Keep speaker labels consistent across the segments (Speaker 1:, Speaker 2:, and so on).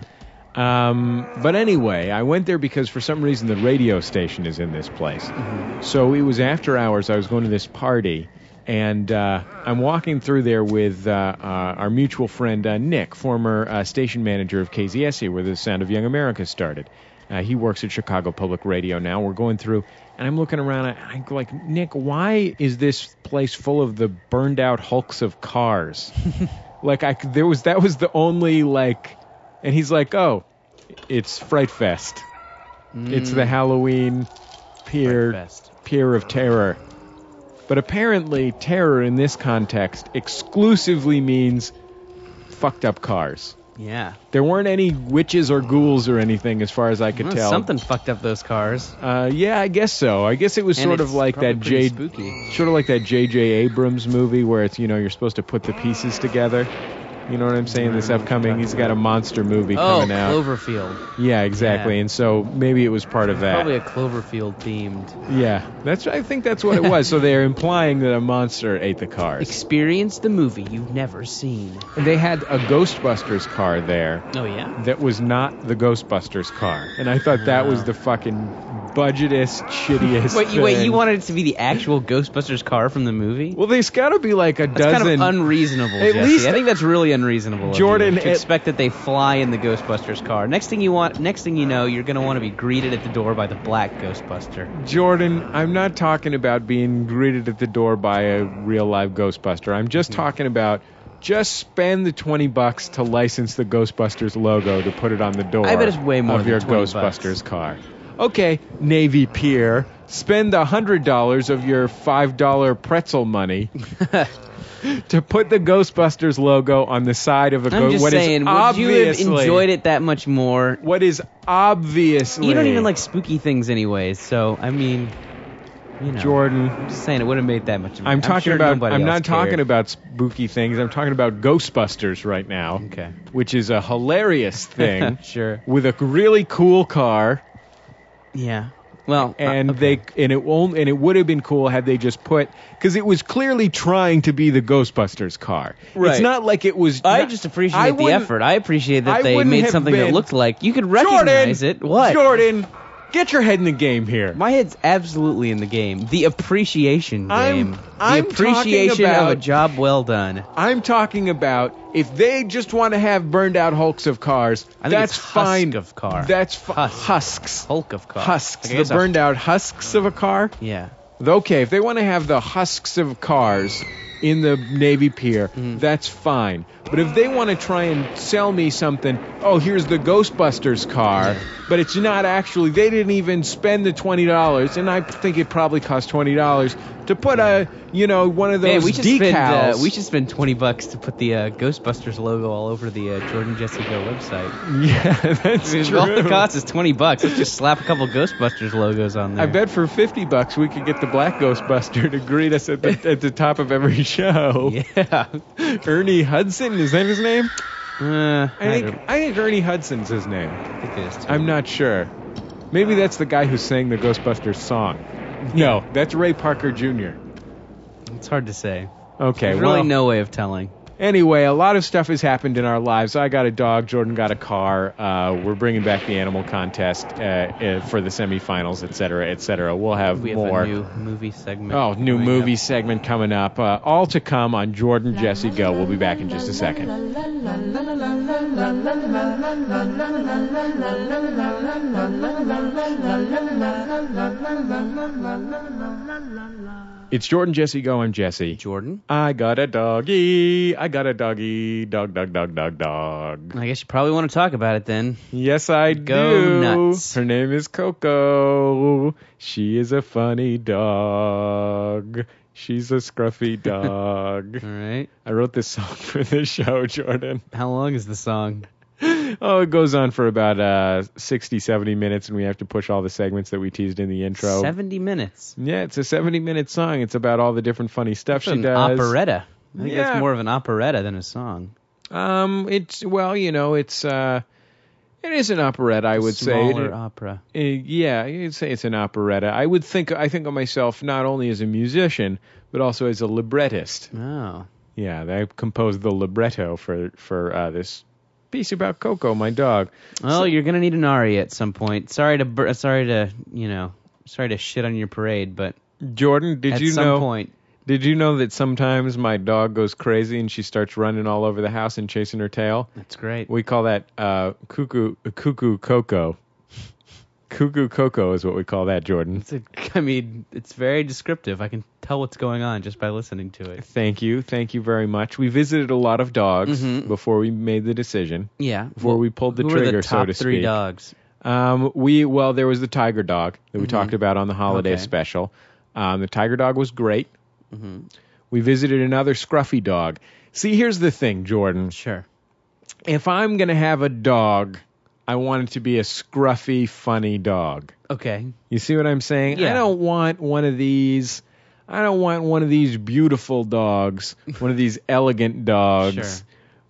Speaker 1: Um, but anyway, I went there because for some reason the radio station is in this place. So it was after hours. I was going to this party, and uh, I'm walking through there with uh, uh, our mutual friend uh, Nick, former uh, station manager of KZSE, E, where the Sound of Young America started. Uh, he works at Chicago Public Radio now. We're going through, and I'm looking around. And I'm like, Nick, why is this place full of the burned out hulks of cars? like, I c- there was that was the only like, and he's like, oh, it's Fright Fest. It's the Halloween pier
Speaker 2: Mm. Fright Fest.
Speaker 1: pier of terror. But apparently, terror in this context exclusively means fucked up cars.
Speaker 2: Yeah.
Speaker 1: There weren't any witches or ghouls or anything, as far as I could
Speaker 2: Well,
Speaker 1: tell.
Speaker 2: Something fucked up those cars.
Speaker 1: Uh, yeah, I guess so. I guess it was
Speaker 2: And
Speaker 1: sort
Speaker 2: it's
Speaker 1: of like
Speaker 2: probably
Speaker 1: that
Speaker 2: pretty
Speaker 1: J.
Speaker 2: spooky.
Speaker 1: Sort of like that J.J. Abrams movie where it's you know you're supposed to put the pieces together. You know what I'm saying? This upcoming, he's got a monster movie
Speaker 2: Oh,
Speaker 1: coming out.
Speaker 2: Cloverfield.
Speaker 1: Yeah, exactly.
Speaker 2: Yeah.
Speaker 1: And so maybe it was part of that.
Speaker 2: Probably a Cloverfield themed.
Speaker 1: Yeah, that's. I think that's what it was. so they're implying that a monster ate the cars.
Speaker 2: Experience the movie you've never seen.
Speaker 1: They had a Ghostbusters car there
Speaker 2: Oh yeah.
Speaker 1: that was not the Ghostbusters car, and I thought that was the fucking budgetest, shittiest.
Speaker 2: Wait, you, wait.
Speaker 1: thing.
Speaker 2: You wanted it to be the actual Ghostbusters car from the movie?
Speaker 1: Well, there's got to be like a
Speaker 2: That's
Speaker 1: dozen.
Speaker 2: kind of unreasonable.
Speaker 1: At
Speaker 2: Jesse.
Speaker 1: least-
Speaker 2: I think that's really unreasonable. of
Speaker 1: Jordan,
Speaker 2: you, to
Speaker 1: it-
Speaker 2: expect that they fly in the Ghostbusters car. Next thing you want, next thing you know, you're gonna want to be greeted at the door by the black Ghostbuster.
Speaker 1: Jordan, I'm not talking about being greeted at the door by a real live Ghostbuster. I'm
Speaker 2: Hmm.
Speaker 1: just talking about just spend the 20 bucks to license the Ghostbusters logo to put it on the door
Speaker 2: I bet it's way more
Speaker 1: of
Speaker 2: than
Speaker 1: your
Speaker 2: 20
Speaker 1: Ghostbusters car. Okay, Navy Pier, spend $100 of your $5 pretzel money to put the Ghostbusters logo on the side of a
Speaker 2: I'm
Speaker 1: Ghost-
Speaker 2: just
Speaker 1: what is
Speaker 2: saying, would you have
Speaker 1: obviously-
Speaker 2: enjoyed it that much more?
Speaker 1: What is obviously
Speaker 2: You don't even like spooky things, anyways. So I mean, you know,
Speaker 1: Jordan
Speaker 2: I'm just saying it would have made that much. of-
Speaker 1: I'm talking
Speaker 2: sure
Speaker 1: about.
Speaker 2: nobody
Speaker 1: I'm
Speaker 2: else
Speaker 1: not talking
Speaker 2: cared.
Speaker 1: about spooky things. I'm talking about Ghostbusters right now.
Speaker 2: Okay.
Speaker 1: Which is a hilarious thing.
Speaker 2: Sure.
Speaker 1: With a really cool car,
Speaker 2: Yeah. Well, uh,
Speaker 1: and
Speaker 2: okay.
Speaker 1: they and it won't and it would have been cool had they just put because it was clearly trying to be the Ghostbusters car. It's
Speaker 2: Right.
Speaker 1: not like it was.
Speaker 2: I
Speaker 1: not-
Speaker 2: just
Speaker 1: I
Speaker 2: appreciate the
Speaker 1: wouldn't-
Speaker 2: effort. I appreciate that
Speaker 1: I
Speaker 2: they
Speaker 1: wouldn't
Speaker 2: made
Speaker 1: have
Speaker 2: something
Speaker 1: been-
Speaker 2: that looked like you could
Speaker 1: Jordan,
Speaker 2: recognize it. What?
Speaker 1: Jordan, Get your head in the game here.
Speaker 2: My head's absolutely in the game. The appreciation
Speaker 1: I'm-
Speaker 2: game.
Speaker 1: I'm
Speaker 2: the
Speaker 1: talking
Speaker 2: appreciation of a
Speaker 1: about-
Speaker 2: job well done.
Speaker 1: I'm talking about if they just want to have burned out hulks of cars,
Speaker 2: I think
Speaker 1: that's
Speaker 2: it's husk
Speaker 1: fine.
Speaker 2: of car.
Speaker 1: That's fi-
Speaker 2: Husk.
Speaker 1: husks.
Speaker 2: Hulk of car.
Speaker 1: Husks.
Speaker 2: Like, I
Speaker 1: the
Speaker 2: guess a-
Speaker 1: burned out husks of a car.
Speaker 2: Yeah.
Speaker 1: Okay, if they want to have the husks of cars in the Navy Pier,
Speaker 2: Mm-hmm.
Speaker 1: that's fine. But if they want to try and sell me something, oh, here's the Ghostbusters car, but it's not actually, they didn't even spend the $20, and I think it probably cost $20 to put a, you know, one of
Speaker 2: Man,
Speaker 1: those
Speaker 2: we should
Speaker 1: decals.
Speaker 2: spend uh, we should spend twenty bucks to put the uh, Ghostbusters logo all over the uh, Jordan Jesse Go website.
Speaker 1: yeah, that's
Speaker 2: If
Speaker 1: true.
Speaker 2: All the cost is twenty bucks. Let's just slap a couple Ghostbusters logos on there.
Speaker 1: I bet for 50 bucks we could get the black Ghostbuster to greet us at the, at the top of every show.
Speaker 2: Yeah.
Speaker 1: Ernie Hudson, is that his name?
Speaker 2: Uh,
Speaker 1: I think
Speaker 2: I
Speaker 1: I think Ernie Hudson's his name.
Speaker 2: think it is too.
Speaker 1: I'm not sure. Maybe that's the guy who sang the Ghostbusters song. No, that's Ray Parker Jr.
Speaker 2: It's hard to say.
Speaker 1: Okay,
Speaker 2: There's really
Speaker 1: well,
Speaker 2: no way of telling.
Speaker 1: anyway, a lot of stuff has happened in our lives. I got a dog. Jordan got a car. Uh, we're bringing back the animal contest uh, uh, for the semifinals, et cetera, et cetera. We'll have
Speaker 2: We have
Speaker 1: more.
Speaker 2: a new movie segment.
Speaker 1: oh, new
Speaker 2: coming
Speaker 1: movie
Speaker 2: up.
Speaker 1: segment coming up. Uh, all to come on Jordan Jesse Go. We'll be back in just a second. It's Jordan Jesse Go. I'm Jesse.
Speaker 2: Jordan.
Speaker 1: I got a doggy. I got a doggy. Dog, dog, dog, dog, dog.
Speaker 2: I guess you probably want to talk about it then.
Speaker 1: Yes, I
Speaker 2: Go
Speaker 1: do.
Speaker 2: nuts.
Speaker 1: Her name is Coco. She is a funny dog. She's a scruffy dog.
Speaker 2: All right.
Speaker 1: I wrote this song for this show, Jordan.
Speaker 2: How long is the song?
Speaker 1: Oh, it goes on for about uh, 60, 70 minutes, and we have to push all the segments that we teased in the intro.
Speaker 2: Seventy minutes.
Speaker 1: Yeah, it's a 70 minute song. It's about all the different funny stuff
Speaker 2: That's
Speaker 1: she
Speaker 2: an
Speaker 1: does.
Speaker 2: operetta. I think that's
Speaker 1: Yeah.
Speaker 2: more of an operetta than a song.
Speaker 1: Um, it's well, you know, it's uh, it is an operetta. I would say.
Speaker 2: Smaller
Speaker 1: It-
Speaker 2: opera.
Speaker 1: uh, yeah, you'd say it's an operetta. I would think. I think of myself not only as a musician but also as a librettist.
Speaker 2: Oh.
Speaker 1: Yeah, I composed the libretto for for uh, this piece about Coco, my dog.
Speaker 2: Well, you're gonna need an aria at some point. Sorry to, bur- sorry to, you know, sorry to shit on your parade, but
Speaker 1: Jordan, did
Speaker 2: at
Speaker 1: you
Speaker 2: some
Speaker 1: know?
Speaker 2: point,
Speaker 1: Did you know that sometimes my dog goes crazy and she starts running all over the house and chasing her tail?
Speaker 2: that's great.
Speaker 1: We call that uh, cuckoo cuckoo coco. Cuckoo coco is what we call that, Jordan.
Speaker 2: It's a, I mean, it's very descriptive. I can tell what's going on just by listening to it.
Speaker 1: Thank you. Thank you very much. We visited a lot of dogs
Speaker 2: Mm-hmm.
Speaker 1: before we made the decision.
Speaker 2: Yeah.
Speaker 1: Before we pulled the
Speaker 2: who Are
Speaker 1: trigger,
Speaker 2: the
Speaker 1: so
Speaker 2: top
Speaker 1: to
Speaker 2: three
Speaker 1: speak.
Speaker 2: dogs.
Speaker 1: Um, we well, there was the tiger dog that we talked about on the holiday
Speaker 2: Mm-hmm. Okay. Mm-hmm.
Speaker 1: special. Um, the tiger dog was great. We visited another scruffy dog. See, here's the thing, Jordan.
Speaker 2: Sure.
Speaker 1: If I'm gonna have a dog, I want it to be a scruffy, funny dog.
Speaker 2: Okay.
Speaker 1: You see what I'm saying?
Speaker 2: Yeah.
Speaker 1: I don't want one of these. I don't want one of these beautiful dogs, one of these elegant dogs,
Speaker 2: Sure.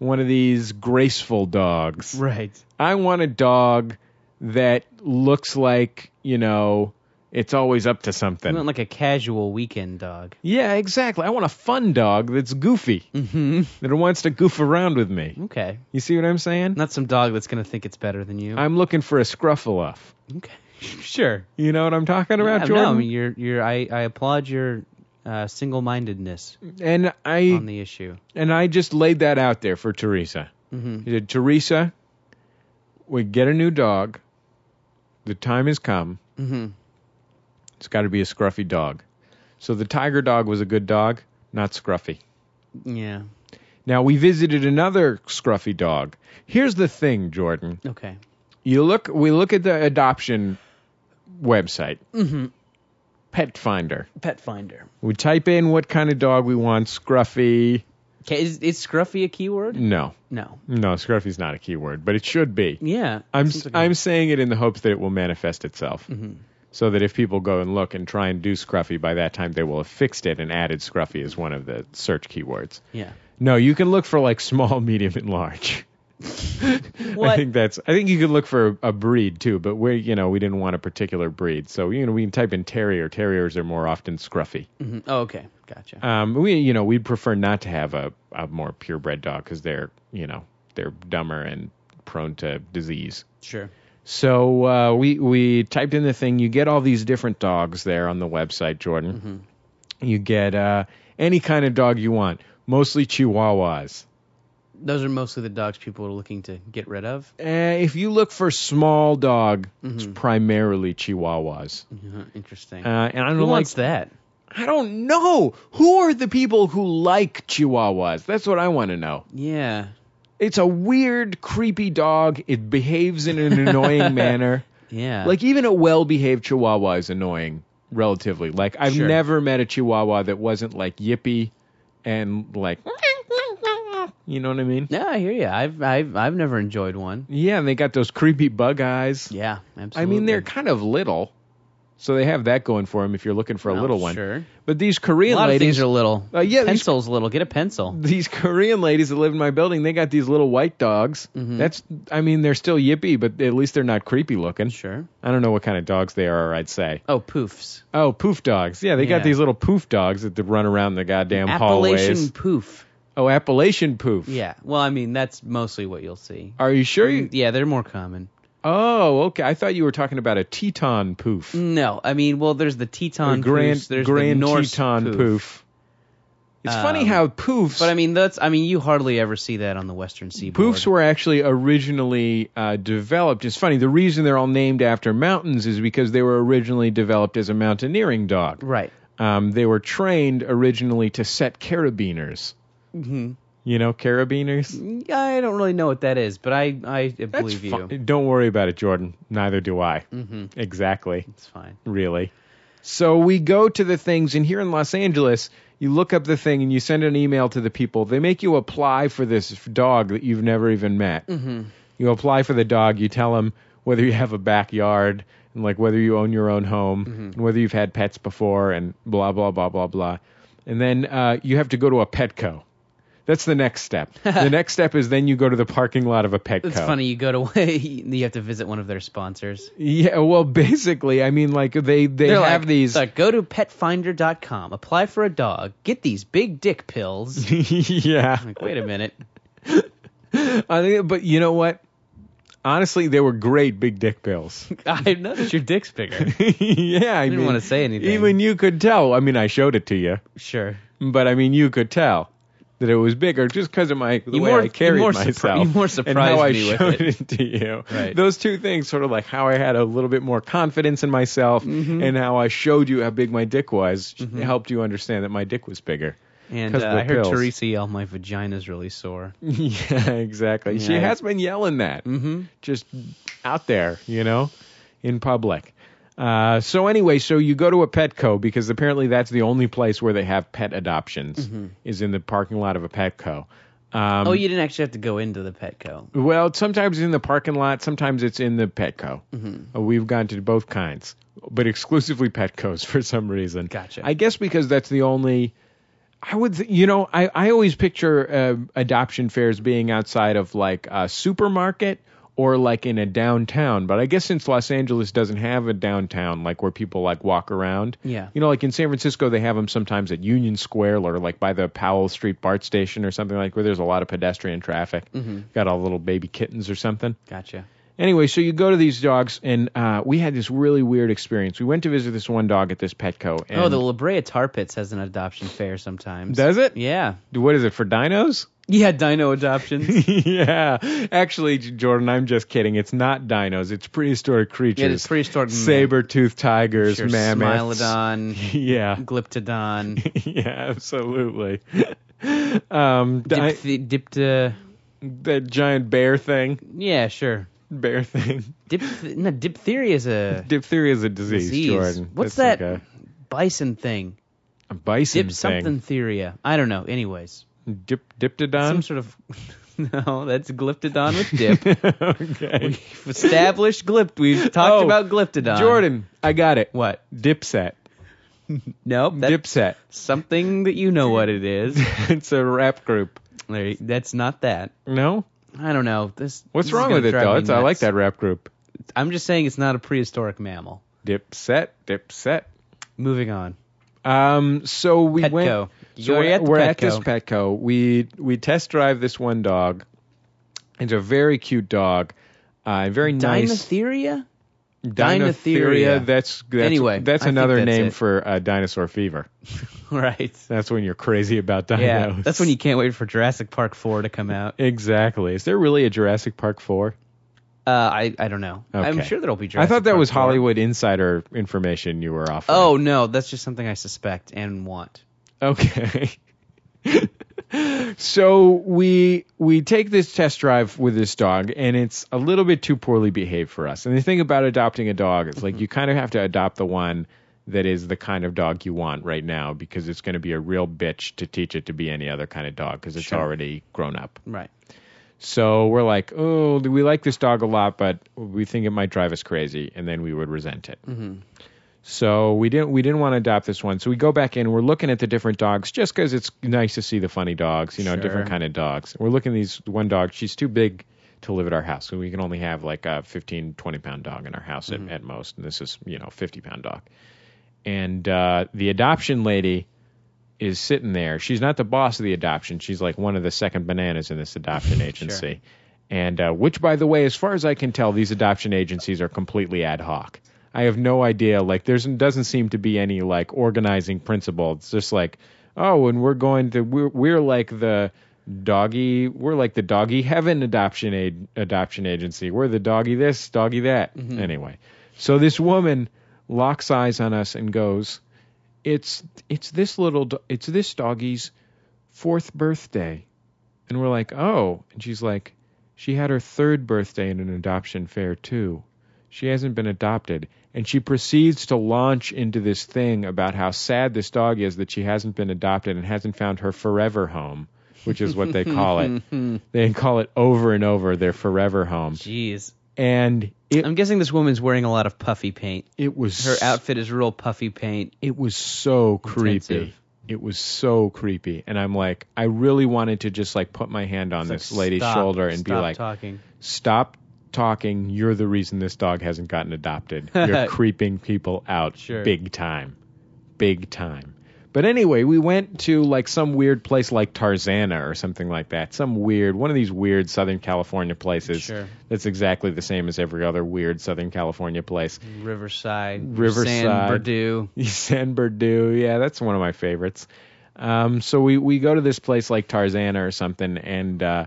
Speaker 1: one of these graceful dogs.
Speaker 2: Right.
Speaker 1: I want a dog that looks like, you know, it's always up to something.
Speaker 2: You want like a casual weekend dog.
Speaker 1: yeah, exactly. I want a fun dog that's goofy,
Speaker 2: Mm-hmm.
Speaker 1: that wants to goof around with me.
Speaker 2: Okay.
Speaker 1: You see what I'm saying?
Speaker 2: Not some dog that's gonna think it's better than you.
Speaker 1: I'm looking for a scruffaloff.
Speaker 2: okay. sure.
Speaker 1: You know what I'm talking about,
Speaker 2: Yeah,
Speaker 1: Jordan?
Speaker 2: No, I mean, you're, you're. I, I applaud your uh, single-mindedness
Speaker 1: and I
Speaker 2: on the issue.
Speaker 1: and I just laid that out there for Teresa.
Speaker 2: Mhm.
Speaker 1: He said, Teresa, we get a new dog. The time has come.
Speaker 2: Mm-hmm.
Speaker 1: It's got to be a scruffy dog. So the tiger dog was a good dog, not scruffy.
Speaker 2: Yeah.
Speaker 1: Now we visited another scruffy dog. Here's the thing, Jordan.
Speaker 2: Okay.
Speaker 1: You look. We look at the adoption website. Mm-hmm. Pet Finder.
Speaker 2: Pet Finder.
Speaker 1: We type in what kind of dog we want. Scruffy.
Speaker 2: Okay. Is, is scruffy a keyword?
Speaker 1: No,
Speaker 2: No.
Speaker 1: no, scruffy's not a keyword, but it should be.
Speaker 2: Yeah.
Speaker 1: I'm
Speaker 2: Seems like a- Mm-hmm.
Speaker 1: I'm saying it in the hopes that it will manifest itself, so that if people go and look and try and do Scruffy, by that time they will have fixed it and added Scruffy as one of the search keywords.
Speaker 2: Yeah.
Speaker 1: No, you can look for like small, medium, and large. I
Speaker 2: What?
Speaker 1: think that's. I think you could look for a, a breed too, but we, you know, we didn't want a particular breed, so you know, we can type in terrier. Terriers are more often scruffy.
Speaker 2: Mhm. Oh, okay. Gotcha.
Speaker 1: Um, we, you know, we'd prefer not to have a, a more purebred dog because they're, you know, they're dumber and prone to disease.
Speaker 2: sure.
Speaker 1: So uh, we we typed in the thing. You get all these different dogs there on the website, Jordan. You get uh, any kind of dog you want, mostly Chihuahuas.
Speaker 2: Those are mostly the dogs people are looking to get rid of.
Speaker 1: Uh, if you look for small dog, it's primarily Chihuahuas.
Speaker 2: Uh-huh, interesting.
Speaker 1: Uh, and I don't
Speaker 2: Who
Speaker 1: like
Speaker 2: wants that?
Speaker 1: I don't know who are the people who like Chihuahuas. That's what I want to know.
Speaker 2: Yeah.
Speaker 1: It's a weird, creepy dog. It behaves in an annoying manner.
Speaker 2: Yeah.
Speaker 1: Like even a well-behaved Chihuahua is annoying, relatively. Like I've
Speaker 2: Sure.
Speaker 1: never met a Chihuahua that wasn't like yippy and like, you know what I mean?
Speaker 2: No, I hear you. I've I've I've never enjoyed one.
Speaker 1: Yeah, and they got those creepy bug eyes.
Speaker 2: Yeah, absolutely.
Speaker 1: I mean, they're kind of little, so they have that going for them if you're looking for a
Speaker 2: Well,
Speaker 1: little one.
Speaker 2: Sure.
Speaker 1: But these
Speaker 2: A
Speaker 1: Korean
Speaker 2: lot of
Speaker 1: ladies
Speaker 2: things are little.
Speaker 1: Uh, yeah, these-
Speaker 2: Pencil's little. Get a pencil.
Speaker 1: these Korean ladies that live in my building, they got these little white dogs.
Speaker 2: Mm-hmm.
Speaker 1: That's, I mean, they're still yippy, but at least they're not creepy looking.
Speaker 2: Sure.
Speaker 1: I don't know what kind of dogs they are, I'd say.
Speaker 2: Oh, poofs.
Speaker 1: Oh, poof dogs. Yeah, they
Speaker 2: Yeah.
Speaker 1: got these little poof dogs that run around the goddamn
Speaker 2: Appalachian
Speaker 1: hallways.
Speaker 2: poof.
Speaker 1: Oh, Appalachian poof.
Speaker 2: Yeah. Well, I mean, that's mostly what you'll see.
Speaker 1: Are you sure? You...
Speaker 2: Yeah, they're more common.
Speaker 1: Oh, okay. I thought you were talking about a Teton poof.
Speaker 2: No, I mean, well, there's the Teton
Speaker 1: a Grand,
Speaker 2: poofs, there's
Speaker 1: Grand
Speaker 2: the Norse
Speaker 1: Teton poof. It's funny
Speaker 2: Um,
Speaker 1: how poofs.
Speaker 2: But I mean, that's I mean, you hardly ever see that on the Western Seaboard.
Speaker 1: Poofs were actually originally uh, developed. It's funny. The reason they're all named after mountains is because they were originally developed as a mountaineering dog.
Speaker 2: right.
Speaker 1: Um, they were trained originally to set carabiners. Mm-hmm. You know, carabiners.
Speaker 2: I don't really know what that is, but I I believe you.
Speaker 1: fi- Don't worry about it, Jordan. Neither do I. Mm-hmm. Exactly.
Speaker 2: It's fine.
Speaker 1: Really. So we go to the things, and here in Los Angeles, you look up the thing and you send an email to the people. They make you apply for this f- dog that you've never even met. Mm-hmm. You apply for the dog. You tell them whether you have a backyard and like whether you own your own home
Speaker 2: Mm-hmm.
Speaker 1: and whether you've had pets before and blah blah blah blah blah. And then uh, you have to go to a Petco. That's the next step. the next step is then you go to the parking lot of a Petco.
Speaker 2: It's funny. You go to you have to visit one of their sponsors.
Speaker 1: Yeah. Well, basically, I mean, like they they
Speaker 2: They're
Speaker 1: have
Speaker 2: like,
Speaker 1: these.
Speaker 2: Like, go to petfinder.com, apply for a dog, get these big dick pills.
Speaker 1: yeah.
Speaker 2: like, wait a minute.
Speaker 1: I think, but you know what? Honestly, they were great big dick pills.
Speaker 2: I know that your dick's bigger.
Speaker 1: yeah, I
Speaker 2: didn't
Speaker 1: mean,
Speaker 2: wanna say anything.
Speaker 1: Even you could tell. I mean, I showed it to you,
Speaker 2: sure.
Speaker 1: but I mean, you could tell that it was bigger just because of my the
Speaker 2: You
Speaker 1: way
Speaker 2: more-
Speaker 1: I
Speaker 2: you
Speaker 1: carried
Speaker 2: more surpri-
Speaker 1: myself.
Speaker 2: you more
Speaker 1: and how
Speaker 2: surprised
Speaker 1: I
Speaker 2: me with
Speaker 1: showed
Speaker 2: it.
Speaker 1: to you.
Speaker 2: Right.
Speaker 1: Those two things, sort of like how I had a little bit more confidence in myself
Speaker 2: Mm-hmm.
Speaker 1: and how I showed you how big my dick was, helped you understand that my dick was bigger.
Speaker 2: And
Speaker 1: 'Cause
Speaker 2: uh,
Speaker 1: of the
Speaker 2: I heard
Speaker 1: pills.
Speaker 2: Teresa yell, my vagina's really sore.
Speaker 1: Yeah, exactly. She
Speaker 2: Yeah.
Speaker 1: has been yelling that, mm-hmm. just out there, you know, in public. Uh, so anyway, so you go to a Petco because apparently that's the only place where they have pet adoptions
Speaker 2: Mm-hmm.
Speaker 1: is in the parking lot of a Petco. Um,
Speaker 2: oh, you didn't actually have to go into the Petco.
Speaker 1: well, sometimes it's in the parking lot, sometimes it's in the Petco.
Speaker 2: Mm-hmm.
Speaker 1: Uh, we've gone to both kinds, but exclusively Petcos for some reason.
Speaker 2: Gotcha.
Speaker 1: I guess because that's the only. I would, th- you know, I, I always picture uh, adoption fairs being outside of like a supermarket or like in a downtown. But I guess since Los Angeles doesn't have a downtown, like where people like walk around.
Speaker 2: Yeah.
Speaker 1: You know, like in San Francisco, they have them sometimes at Union Square or like by the Powell Street BART station or something like where there's a lot of pedestrian traffic.
Speaker 2: Mm-hmm.
Speaker 1: Got all the little baby kittens or something.
Speaker 2: Gotcha.
Speaker 1: Anyway, so you go to these dogs, and uh, we had this really weird experience. We went to visit this one dog at this Petco. And
Speaker 2: Oh, the La Brea Tar Pits has an adoption fair sometimes.
Speaker 1: does it?
Speaker 2: Yeah.
Speaker 1: What is it for dinos?
Speaker 2: Yeah, dino adoptions.
Speaker 1: yeah, actually, J- Jordan, I'm just kidding. It's not dinos. It's prehistoric creatures.
Speaker 2: Yeah, it's prehistoric mam-
Speaker 1: saber-toothed tigers,
Speaker 2: Sure,
Speaker 1: mammoths.
Speaker 2: Smilodon,
Speaker 1: Yeah,
Speaker 2: Glyptodon,
Speaker 1: yeah, absolutely. um, di-
Speaker 2: Dipth- Dipta.
Speaker 1: that giant bear thing,
Speaker 2: Yeah, sure.
Speaker 1: bear thing.
Speaker 2: Dipth- no, diphtheria is a
Speaker 1: Diphtheria is a disease,
Speaker 2: disease.
Speaker 1: Jordan.
Speaker 2: What's
Speaker 1: That's
Speaker 2: that
Speaker 1: like
Speaker 2: bison thing?
Speaker 1: a, a bison
Speaker 2: Dip
Speaker 1: thing.
Speaker 2: something theoria. I don't know. Anyways,
Speaker 1: Dip, diptodon.
Speaker 2: some sort of. No, that's glyptodon with dip.
Speaker 1: okay.
Speaker 2: We've established glypt. We've talked
Speaker 1: Oh,
Speaker 2: about glyptodon.
Speaker 1: Jordan, I got it.
Speaker 2: What?
Speaker 1: Dipset.
Speaker 2: Nope. That's
Speaker 1: Dipset.
Speaker 2: something that you know what it is.
Speaker 1: it's a rap group.
Speaker 2: There you- that's not that.
Speaker 1: No?
Speaker 2: I don't know. This.
Speaker 1: What's
Speaker 2: this is
Speaker 1: wrong
Speaker 2: gonna
Speaker 1: with it,
Speaker 2: drive
Speaker 1: though?
Speaker 2: me
Speaker 1: It's, I like
Speaker 2: nuts.
Speaker 1: that rap group.
Speaker 2: I'm just saying it's not a prehistoric mammal.
Speaker 1: Dipset. Dipset.
Speaker 2: Moving on.
Speaker 1: Um, so we
Speaker 2: Petco.
Speaker 1: went.
Speaker 2: You
Speaker 1: So
Speaker 2: were
Speaker 1: we're,
Speaker 2: at the
Speaker 1: we're at
Speaker 2: Petco.
Speaker 1: this Petco. We we test drive this one dog. It's a very cute dog. Uh, very nice.
Speaker 2: Dinotheria? Dinotheria.
Speaker 1: Dinotheria. That's, that's
Speaker 2: Anyway,
Speaker 1: That's
Speaker 2: I think
Speaker 1: another
Speaker 2: that's
Speaker 1: name
Speaker 2: it.
Speaker 1: for uh, dinosaur fever.
Speaker 2: right.
Speaker 1: That's when you're crazy about dinos.
Speaker 2: Yeah. That's when you can't wait for Jurassic Park 4 to come out.
Speaker 1: Exactly. Is there really a Jurassic Park four?
Speaker 2: Uh, I, I don't know. I'm
Speaker 1: Okay.
Speaker 2: sure there'll be
Speaker 1: I
Speaker 2: Jurassic
Speaker 1: thought that
Speaker 2: Park
Speaker 1: was
Speaker 2: 4.
Speaker 1: Hollywood insider information you were offering.
Speaker 2: Oh, no. That's just something I suspect and want.
Speaker 1: Okay. so we we take this test drive with this dog and it's a little bit too poorly behaved for us. And the thing about adopting a dog, it's like you kind of have to adopt the one that is the kind of dog you want right now because it's going to be a real bitch to teach it to be any other kind of dog because it's
Speaker 2: Sure.
Speaker 1: already grown up.
Speaker 2: Right.
Speaker 1: So we're like, "Oh, we like this dog a lot, but we think it might drive us crazy." And then we would resent it. So we didn't we didn't want to adopt this one. So we go back in. We're looking at the different dogs just because it's nice to see the funny dogs, you know,
Speaker 2: Sure.
Speaker 1: different kind of dogs. We're looking at these one dog. She's too big to live at our house. So we can only have like a 15, 20 pound dog in our house at, at most. And this is you know 50 pound dog. And uh, the adoption lady is sitting there. She's not the boss of the adoption. She's like one of the second bananas in this adoption agency. And uh, which, by the way, as far as I can tell, these adoption agencies are completely ad hoc. I have no idea. Like, there's doesn't seem to be any like organizing principle. It's just like, oh, and we're going to we're we're like the doggy we're like the doggy heaven adoption aid adoption agency. We're the doggy this, doggy that. Anyway, so this woman locks eyes on us and goes, "It's it's this little do- it's this doggy's fourth birthday," and we're like, "Oh," and she's like. She had her third birthday in an adoption fair, too. She hasn't been adopted. And she proceeds to launch into this thing about how sad this dog is that she hasn't been adopted and hasn't found her forever home, which is what they call it. They call it over and over their forever home.
Speaker 2: Jeez.
Speaker 1: And it,
Speaker 2: I'm guessing this woman's wearing a lot of puffy paint.
Speaker 1: it was
Speaker 2: Her outfit is real puffy paint.
Speaker 1: it was so creepy.
Speaker 2: Intensive.
Speaker 1: It was so creepy. And I'm like, I really wanted to just like put my hand on this lady's
Speaker 2: Stop.
Speaker 1: shoulder and be
Speaker 2: Stop
Speaker 1: like,
Speaker 2: talking.
Speaker 1: stop talking. You're the reason this dog hasn't gotten adopted. You're creeping people out
Speaker 2: Sure.
Speaker 1: big time. Big time. But anyway, we went to like some weird place like Tarzana or something like that. Some weird, one of these weird Southern California places
Speaker 2: Sure.
Speaker 1: that's exactly the same as every other weird Southern California place.
Speaker 2: Riverside, San
Speaker 1: Riverside.
Speaker 2: Perdue.
Speaker 1: San Perdue, yeah, that's one of my favorites. Um, so we we go to this place like Tarzana or something, and uh,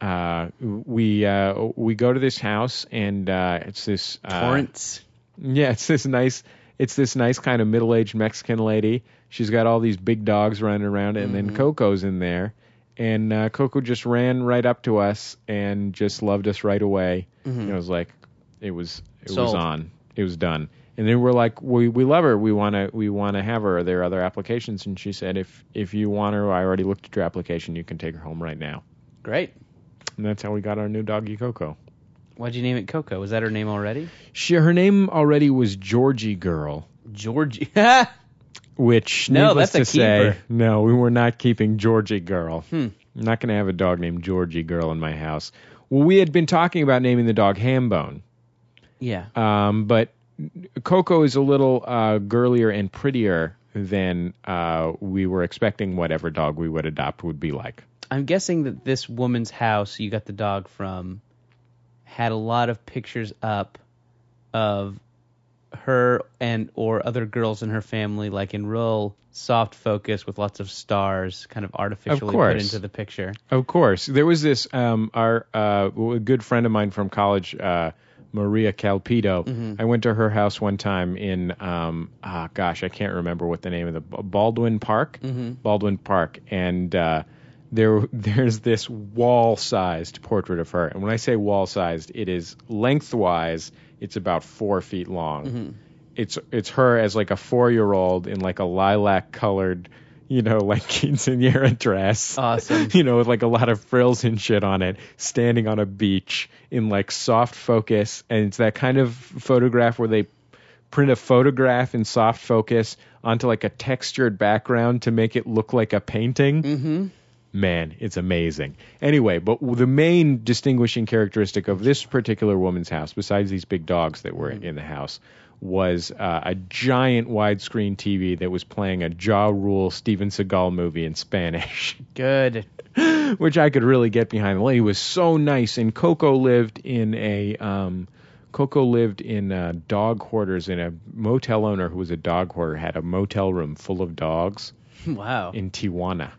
Speaker 1: uh, we uh, we go to this house, and uh, it's this uh,
Speaker 2: Torrance.
Speaker 1: yeah, it's this nice. It's this nice kind of middle-aged Mexican lady. She's got all these big dogs running around, and then Coco's in there, and uh, Coco just ran right up to us and just loved us right away. And it was like, it was it was
Speaker 2: Hmm. Sold.
Speaker 1: on, it was done. And then we're like, we we love her. We wanna we wanna have her. Are there other applications? And she said, if if you want her, I already looked at your application. You can take her home right now.
Speaker 2: Great.
Speaker 1: And that's how we got our new doggy Coco.
Speaker 2: Why'd you name it Coco? Was that her name already?
Speaker 1: She her name already was Georgie Girl.
Speaker 2: Georgie. yeah,
Speaker 1: Which,
Speaker 2: No,
Speaker 1: needless
Speaker 2: that's a
Speaker 1: to say,
Speaker 2: keeper. Hmm.
Speaker 1: no, we were not keeping Georgie Girl. I'm not going to have a dog named Georgie Girl in my house. Well, we had been talking about naming the dog Hambone, um, but Coco is a little uh, girlier and prettier than uh, we were expecting. Whatever dog we would adopt would be like.
Speaker 2: I'm guessing that this woman's house you got the dog from had a lot of pictures up of her and or other girls in her family, like in real soft focus with lots of stars, kind of artificially put
Speaker 1: course.
Speaker 2: into the picture.
Speaker 1: Of course, there was this um, our uh, a good friend of mine from college, uh, Maria Calpido. I went to her house one time in um, ah, gosh, I can't remember what the name of the Baldwin Park, Baldwin Park, and uh, there there's this wall-sized portrait of her. And when I say wall-sized, it is lengthwise. It's about four feet long it's it's her as like a four year old in like a lilac colored you know like quinceanera dress
Speaker 2: Awesome.
Speaker 1: you know with like a lot of frills and shit on it standing on a beach in like soft focus and it's that kind of photograph where they print a photograph in soft focus onto like a textured background to make it look like a painting man, it's amazing. Anyway, but the main
Speaker 2: Mm-hmm.
Speaker 1: distinguishing characteristic of this particular woman's house, besides these big dogs that were in the house, was uh, a giant widescreen TV that was playing a Jaw Rule Steven Seagal movie in Spanish
Speaker 2: Good.
Speaker 1: which I could really get behind. The lady was so nice, and Coco lived in a um, Coco lived in uh, dog hoarders in a motel owner who was a dog hoarder had a motel room full of dogs
Speaker 2: Wow.
Speaker 1: in Tijuana.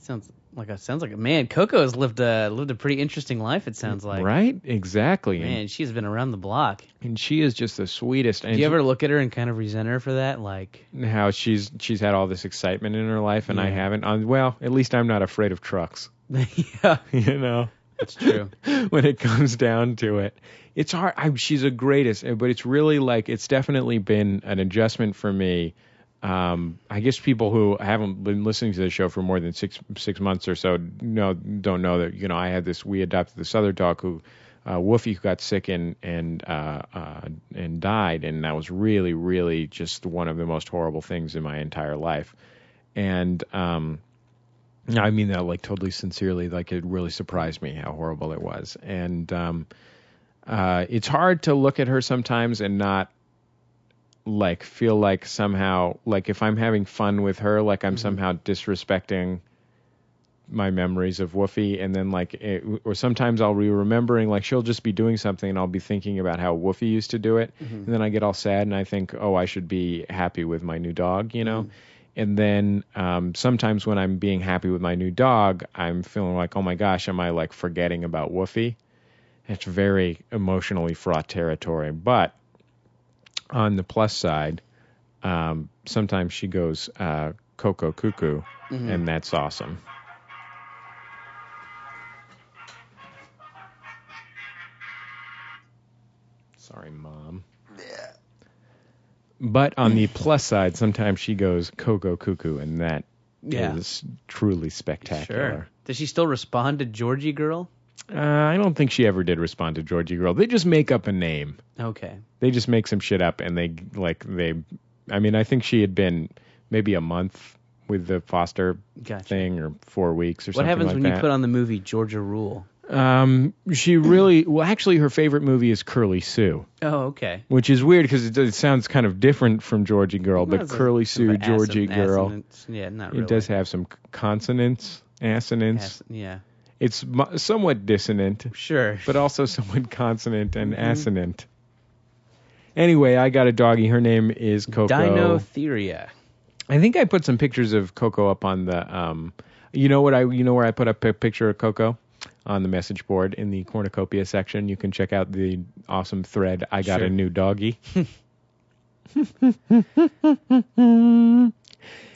Speaker 2: Sounds like a sounds like a man. Coco has lived a lived a pretty interesting life. It sounds like.
Speaker 1: right? Exactly. And,
Speaker 2: Man, she's been around the block.
Speaker 1: and she is just the sweetest. And
Speaker 2: Do you ever look at her and kind of resent her for that? Like,
Speaker 1: how she's she's had all this excitement in her life, and I
Speaker 2: Yeah.
Speaker 1: haven't. Um, well, at least I'm not afraid of trucks.
Speaker 2: yeah,
Speaker 1: You know.
Speaker 2: that's true.
Speaker 1: when it comes down to it. It's hard. I, she's the greatest, eh, but it's really like it's definitely been an adjustment for me. Um, I guess people who haven't been listening to the show for more than six six months or so no don't know that you know I had this. We adopted this other dog who. Uh, Woofy who got sick and and uh, uh, and died, and that was really, really just one of the most horrible things in my entire life. And um, no, I mean that like totally sincerely. Like it really surprised me how horrible it was, and um, uh, it's hard to look at her sometimes and not like feel like somehow like if I'm having fun with her, like I'm somehow disrespecting my memories of Woofy, and then like it, or sometimes I'll be remembering like she'll just be doing something and I'll be thinking about how Woofy used to do it, and then I get all sad and I think, oh, I should be happy with my new dog, you know. And then um, sometimes when I'm being happy with my new dog, I'm feeling like, oh my gosh, am I like forgetting about Woofy? It's very emotionally fraught territory. But on the plus side, um, sometimes she goes uh, Coco Cuckoo, and that's awesome. Sorry, mom. But on the plus side, sometimes she goes Coco Cuckoo, and that is
Speaker 2: Yeah.
Speaker 1: truly
Speaker 2: Sure.
Speaker 1: spectacular.
Speaker 2: Does she still respond to Georgie girl?
Speaker 1: Uh, I don't think she ever did respond to Georgie Girl. They just make up a name.
Speaker 2: Okay.
Speaker 1: they just make some shit up and they like they i mean i think she had been maybe a month with the foster
Speaker 2: Gotcha.
Speaker 1: thing or four weeks or
Speaker 2: What
Speaker 1: something
Speaker 2: happens
Speaker 1: like
Speaker 2: when
Speaker 1: that
Speaker 2: you put on the movie Georgia Rule?
Speaker 1: um she really well actually her favorite movie is curly sue
Speaker 2: Oh, okay.
Speaker 1: which is weird because it, it sounds kind of different from georgie girl
Speaker 2: Well,
Speaker 1: but
Speaker 2: it's a-
Speaker 1: curly
Speaker 2: sort
Speaker 1: sue
Speaker 2: of assonant-
Speaker 1: georgie girl
Speaker 2: assonance- Yeah, not really.
Speaker 1: it does have some consonants assonants
Speaker 2: Ass- yeah.
Speaker 1: it's mu- somewhat dissonant
Speaker 2: Sure.
Speaker 1: but also somewhat consonant and assonant anyway i got a doggy her name is coco
Speaker 2: Dinotheria.
Speaker 1: I think I put some pictures of Coco up on the um you know what I you know where I put up a picture of Coco on the message board in the cornucopia section. You can check out the awesome thread I got
Speaker 2: Sure.
Speaker 1: a new doggy.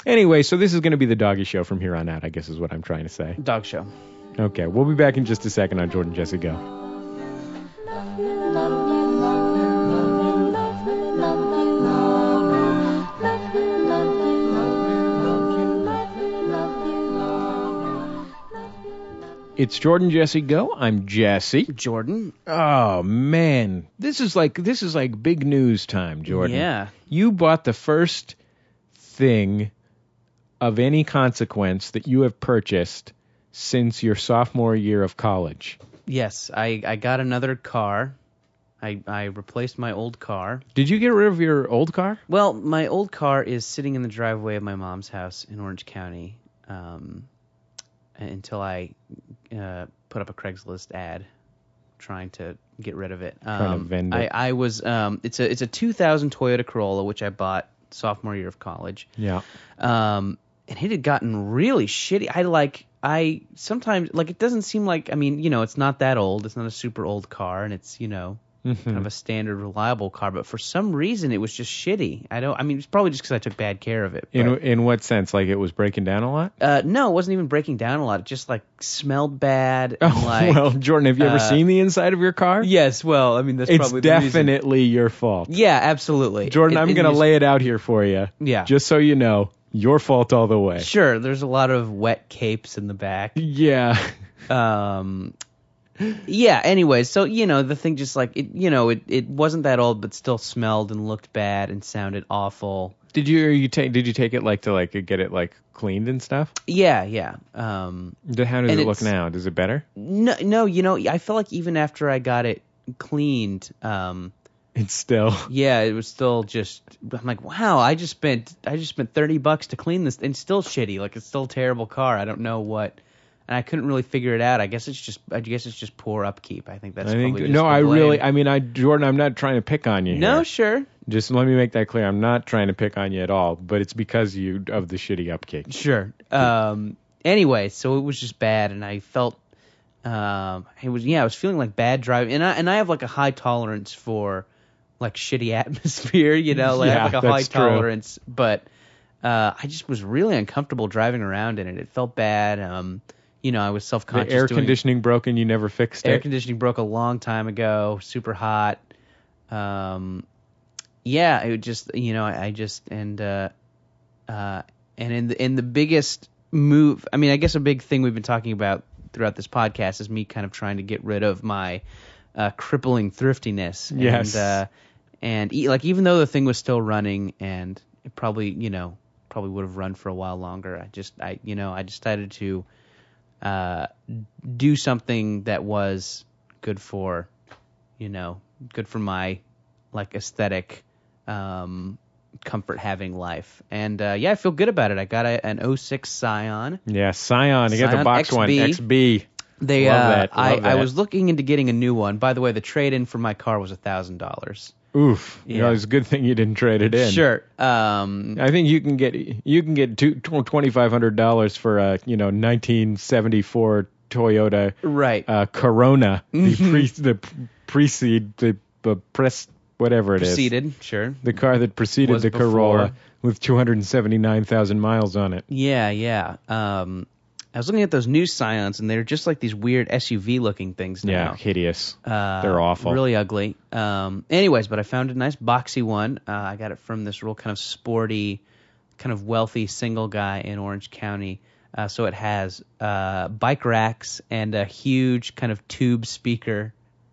Speaker 1: anyway, so this is going to be the doggy show from here on out, I guess is what I'm trying to say.
Speaker 2: Dog show.
Speaker 1: Okay, we'll be back in just a second on Jordan Jesse Go. It's Jordan Jesse Go. I'm Jesse.
Speaker 2: Jordan.
Speaker 1: Oh man, this is like this is like big news time, Jordan.
Speaker 2: Yeah.
Speaker 1: You bought the first thing of any consequence that you have purchased since your sophomore year of college.
Speaker 2: Yes, I, I got another car. I, I replaced my old car.
Speaker 1: Did you get rid of your old car?
Speaker 2: Well, my old car is sitting in the driveway of my mom's house in Orange County um, until I uh, put up a Craigslist ad trying to get rid of it. Um,
Speaker 1: to vend it.
Speaker 2: I, I was um, it's a it's a 2000 Toyota Corolla which I bought sophomore year of college
Speaker 1: Yeah.
Speaker 2: um, and it had gotten really shitty. I like I sometimes like it doesn't seem like I mean you know it's not that old. It's not a super old car, and it's you know
Speaker 1: Mm-hmm.
Speaker 2: kind of a standard reliable car. But for some reason, it was just shitty. I don't. I mean, it's probably just because I took bad care of it.
Speaker 1: In
Speaker 2: but-
Speaker 1: in what sense? Like it was breaking down a lot?
Speaker 2: uh, no, it wasn't even breaking down a lot. It just like smelled bad. and,
Speaker 1: Oh
Speaker 2: like,
Speaker 1: well, Jordan, have you ever
Speaker 2: uh,
Speaker 1: seen the inside of your car?
Speaker 2: Yes. Well, I mean that's
Speaker 1: It's
Speaker 2: probably the reason.
Speaker 1: definitely your fault.
Speaker 2: Yeah, absolutely.
Speaker 1: Jordan,
Speaker 2: It-
Speaker 1: I'm
Speaker 2: it
Speaker 1: going to
Speaker 2: is-
Speaker 1: lay it out here for you.
Speaker 2: Yeah.
Speaker 1: Just so you know, your fault all the way.
Speaker 2: Sure, there's a lot of wet capes in the back.
Speaker 1: Yeah.
Speaker 2: um yeah anyway so you know the thing just like it you know it, it wasn't that old but still smelled and looked bad and sounded awful
Speaker 1: Did you you take did you take it like to like get it like cleaned and stuff?
Speaker 2: yeah yeah um
Speaker 1: D- How does
Speaker 2: And
Speaker 1: it look
Speaker 2: it's-
Speaker 1: now? Does it better?
Speaker 2: no no you know i feel like even after i got it cleaned um
Speaker 1: It's still
Speaker 2: yeah, it was still just. I'm like, wow, I just spent I just spent thirty bucks to clean this, and it's still shitty. Like it's still a terrible car. I don't know what, and I couldn't really figure it out. I guess it's just I guess it's just poor upkeep. I think that's.
Speaker 1: I think
Speaker 2: probably just
Speaker 1: no,
Speaker 2: the
Speaker 1: I
Speaker 2: blame.
Speaker 1: really, I mean, I Jordan, I'm not trying to pick on you.
Speaker 2: no,
Speaker 1: here.
Speaker 2: sure,
Speaker 1: just let me make that clear. I'm not trying to pick on you at all, but it's because you of the shitty upkick.
Speaker 2: sure. Um. Anyway, so it was just bad, and I felt. Um. It was yeah. I was feeling like bad driving, and I and I have like a high tolerance for, like shitty atmosphere. You know, like I
Speaker 1: Yeah,
Speaker 2: have like a high
Speaker 1: that's true.
Speaker 2: tolerance, but. uh, I just was really uncomfortable driving around in it. It felt bad. Um, you know, I was self
Speaker 1: The
Speaker 2: conscious.
Speaker 1: air conditioning broken. You never fixed
Speaker 2: Air
Speaker 1: it.
Speaker 2: conditioning broke a long time ago. Super hot. Um, yeah, it would just you know I, I just and uh, uh, and in the in the biggest move. I mean, I guess a big thing we've been talking about throughout this podcast is me kind of trying to get rid of my uh, crippling thriftiness.
Speaker 1: Yes.
Speaker 2: And, uh, and e- like even though the thing was still running and it probably you know probably would have run for a while longer i just i you know i decided to uh do something that was good for you know good for my like aesthetic um comfort having life and uh yeah i feel good about it i got a, an 06 scion
Speaker 1: yeah, Scion. You got the
Speaker 2: Scion
Speaker 1: box one
Speaker 2: XB.
Speaker 1: XB.
Speaker 2: they
Speaker 1: Love
Speaker 2: uh
Speaker 1: that,
Speaker 2: I,
Speaker 1: love
Speaker 2: I
Speaker 1: that.
Speaker 2: was looking into getting a new one by the way the trade in for my car was a thousand dollars
Speaker 1: Oof. You know,
Speaker 2: Yeah.
Speaker 1: it's a good thing you didn't trade it in.
Speaker 2: sure um
Speaker 1: I think you can get you can get two twenty five hundred dollars for a you know nineteen seventy four Toyota
Speaker 2: right
Speaker 1: uh, Corona, the
Speaker 2: Mm-hmm.
Speaker 1: pre the precede the, the press whatever it is.
Speaker 2: proceeded sure
Speaker 1: the car that preceded
Speaker 2: Was
Speaker 1: the
Speaker 2: before.
Speaker 1: Corolla with two hundred and seventy nine thousand miles on it.
Speaker 2: Yeah, yeah. Um, I was looking at those new Scions, and they're just like these weird SUV-looking things
Speaker 1: Yeah,
Speaker 2: now.
Speaker 1: hideous.
Speaker 2: Uh,
Speaker 1: They're awful.
Speaker 2: Really ugly. Um, anyways, but I found a nice boxy one. Uh, I got it from this real kind of sporty, kind of wealthy single guy in Orange County. Uh, so it has uh, bike racks and a huge kind of tube speaker,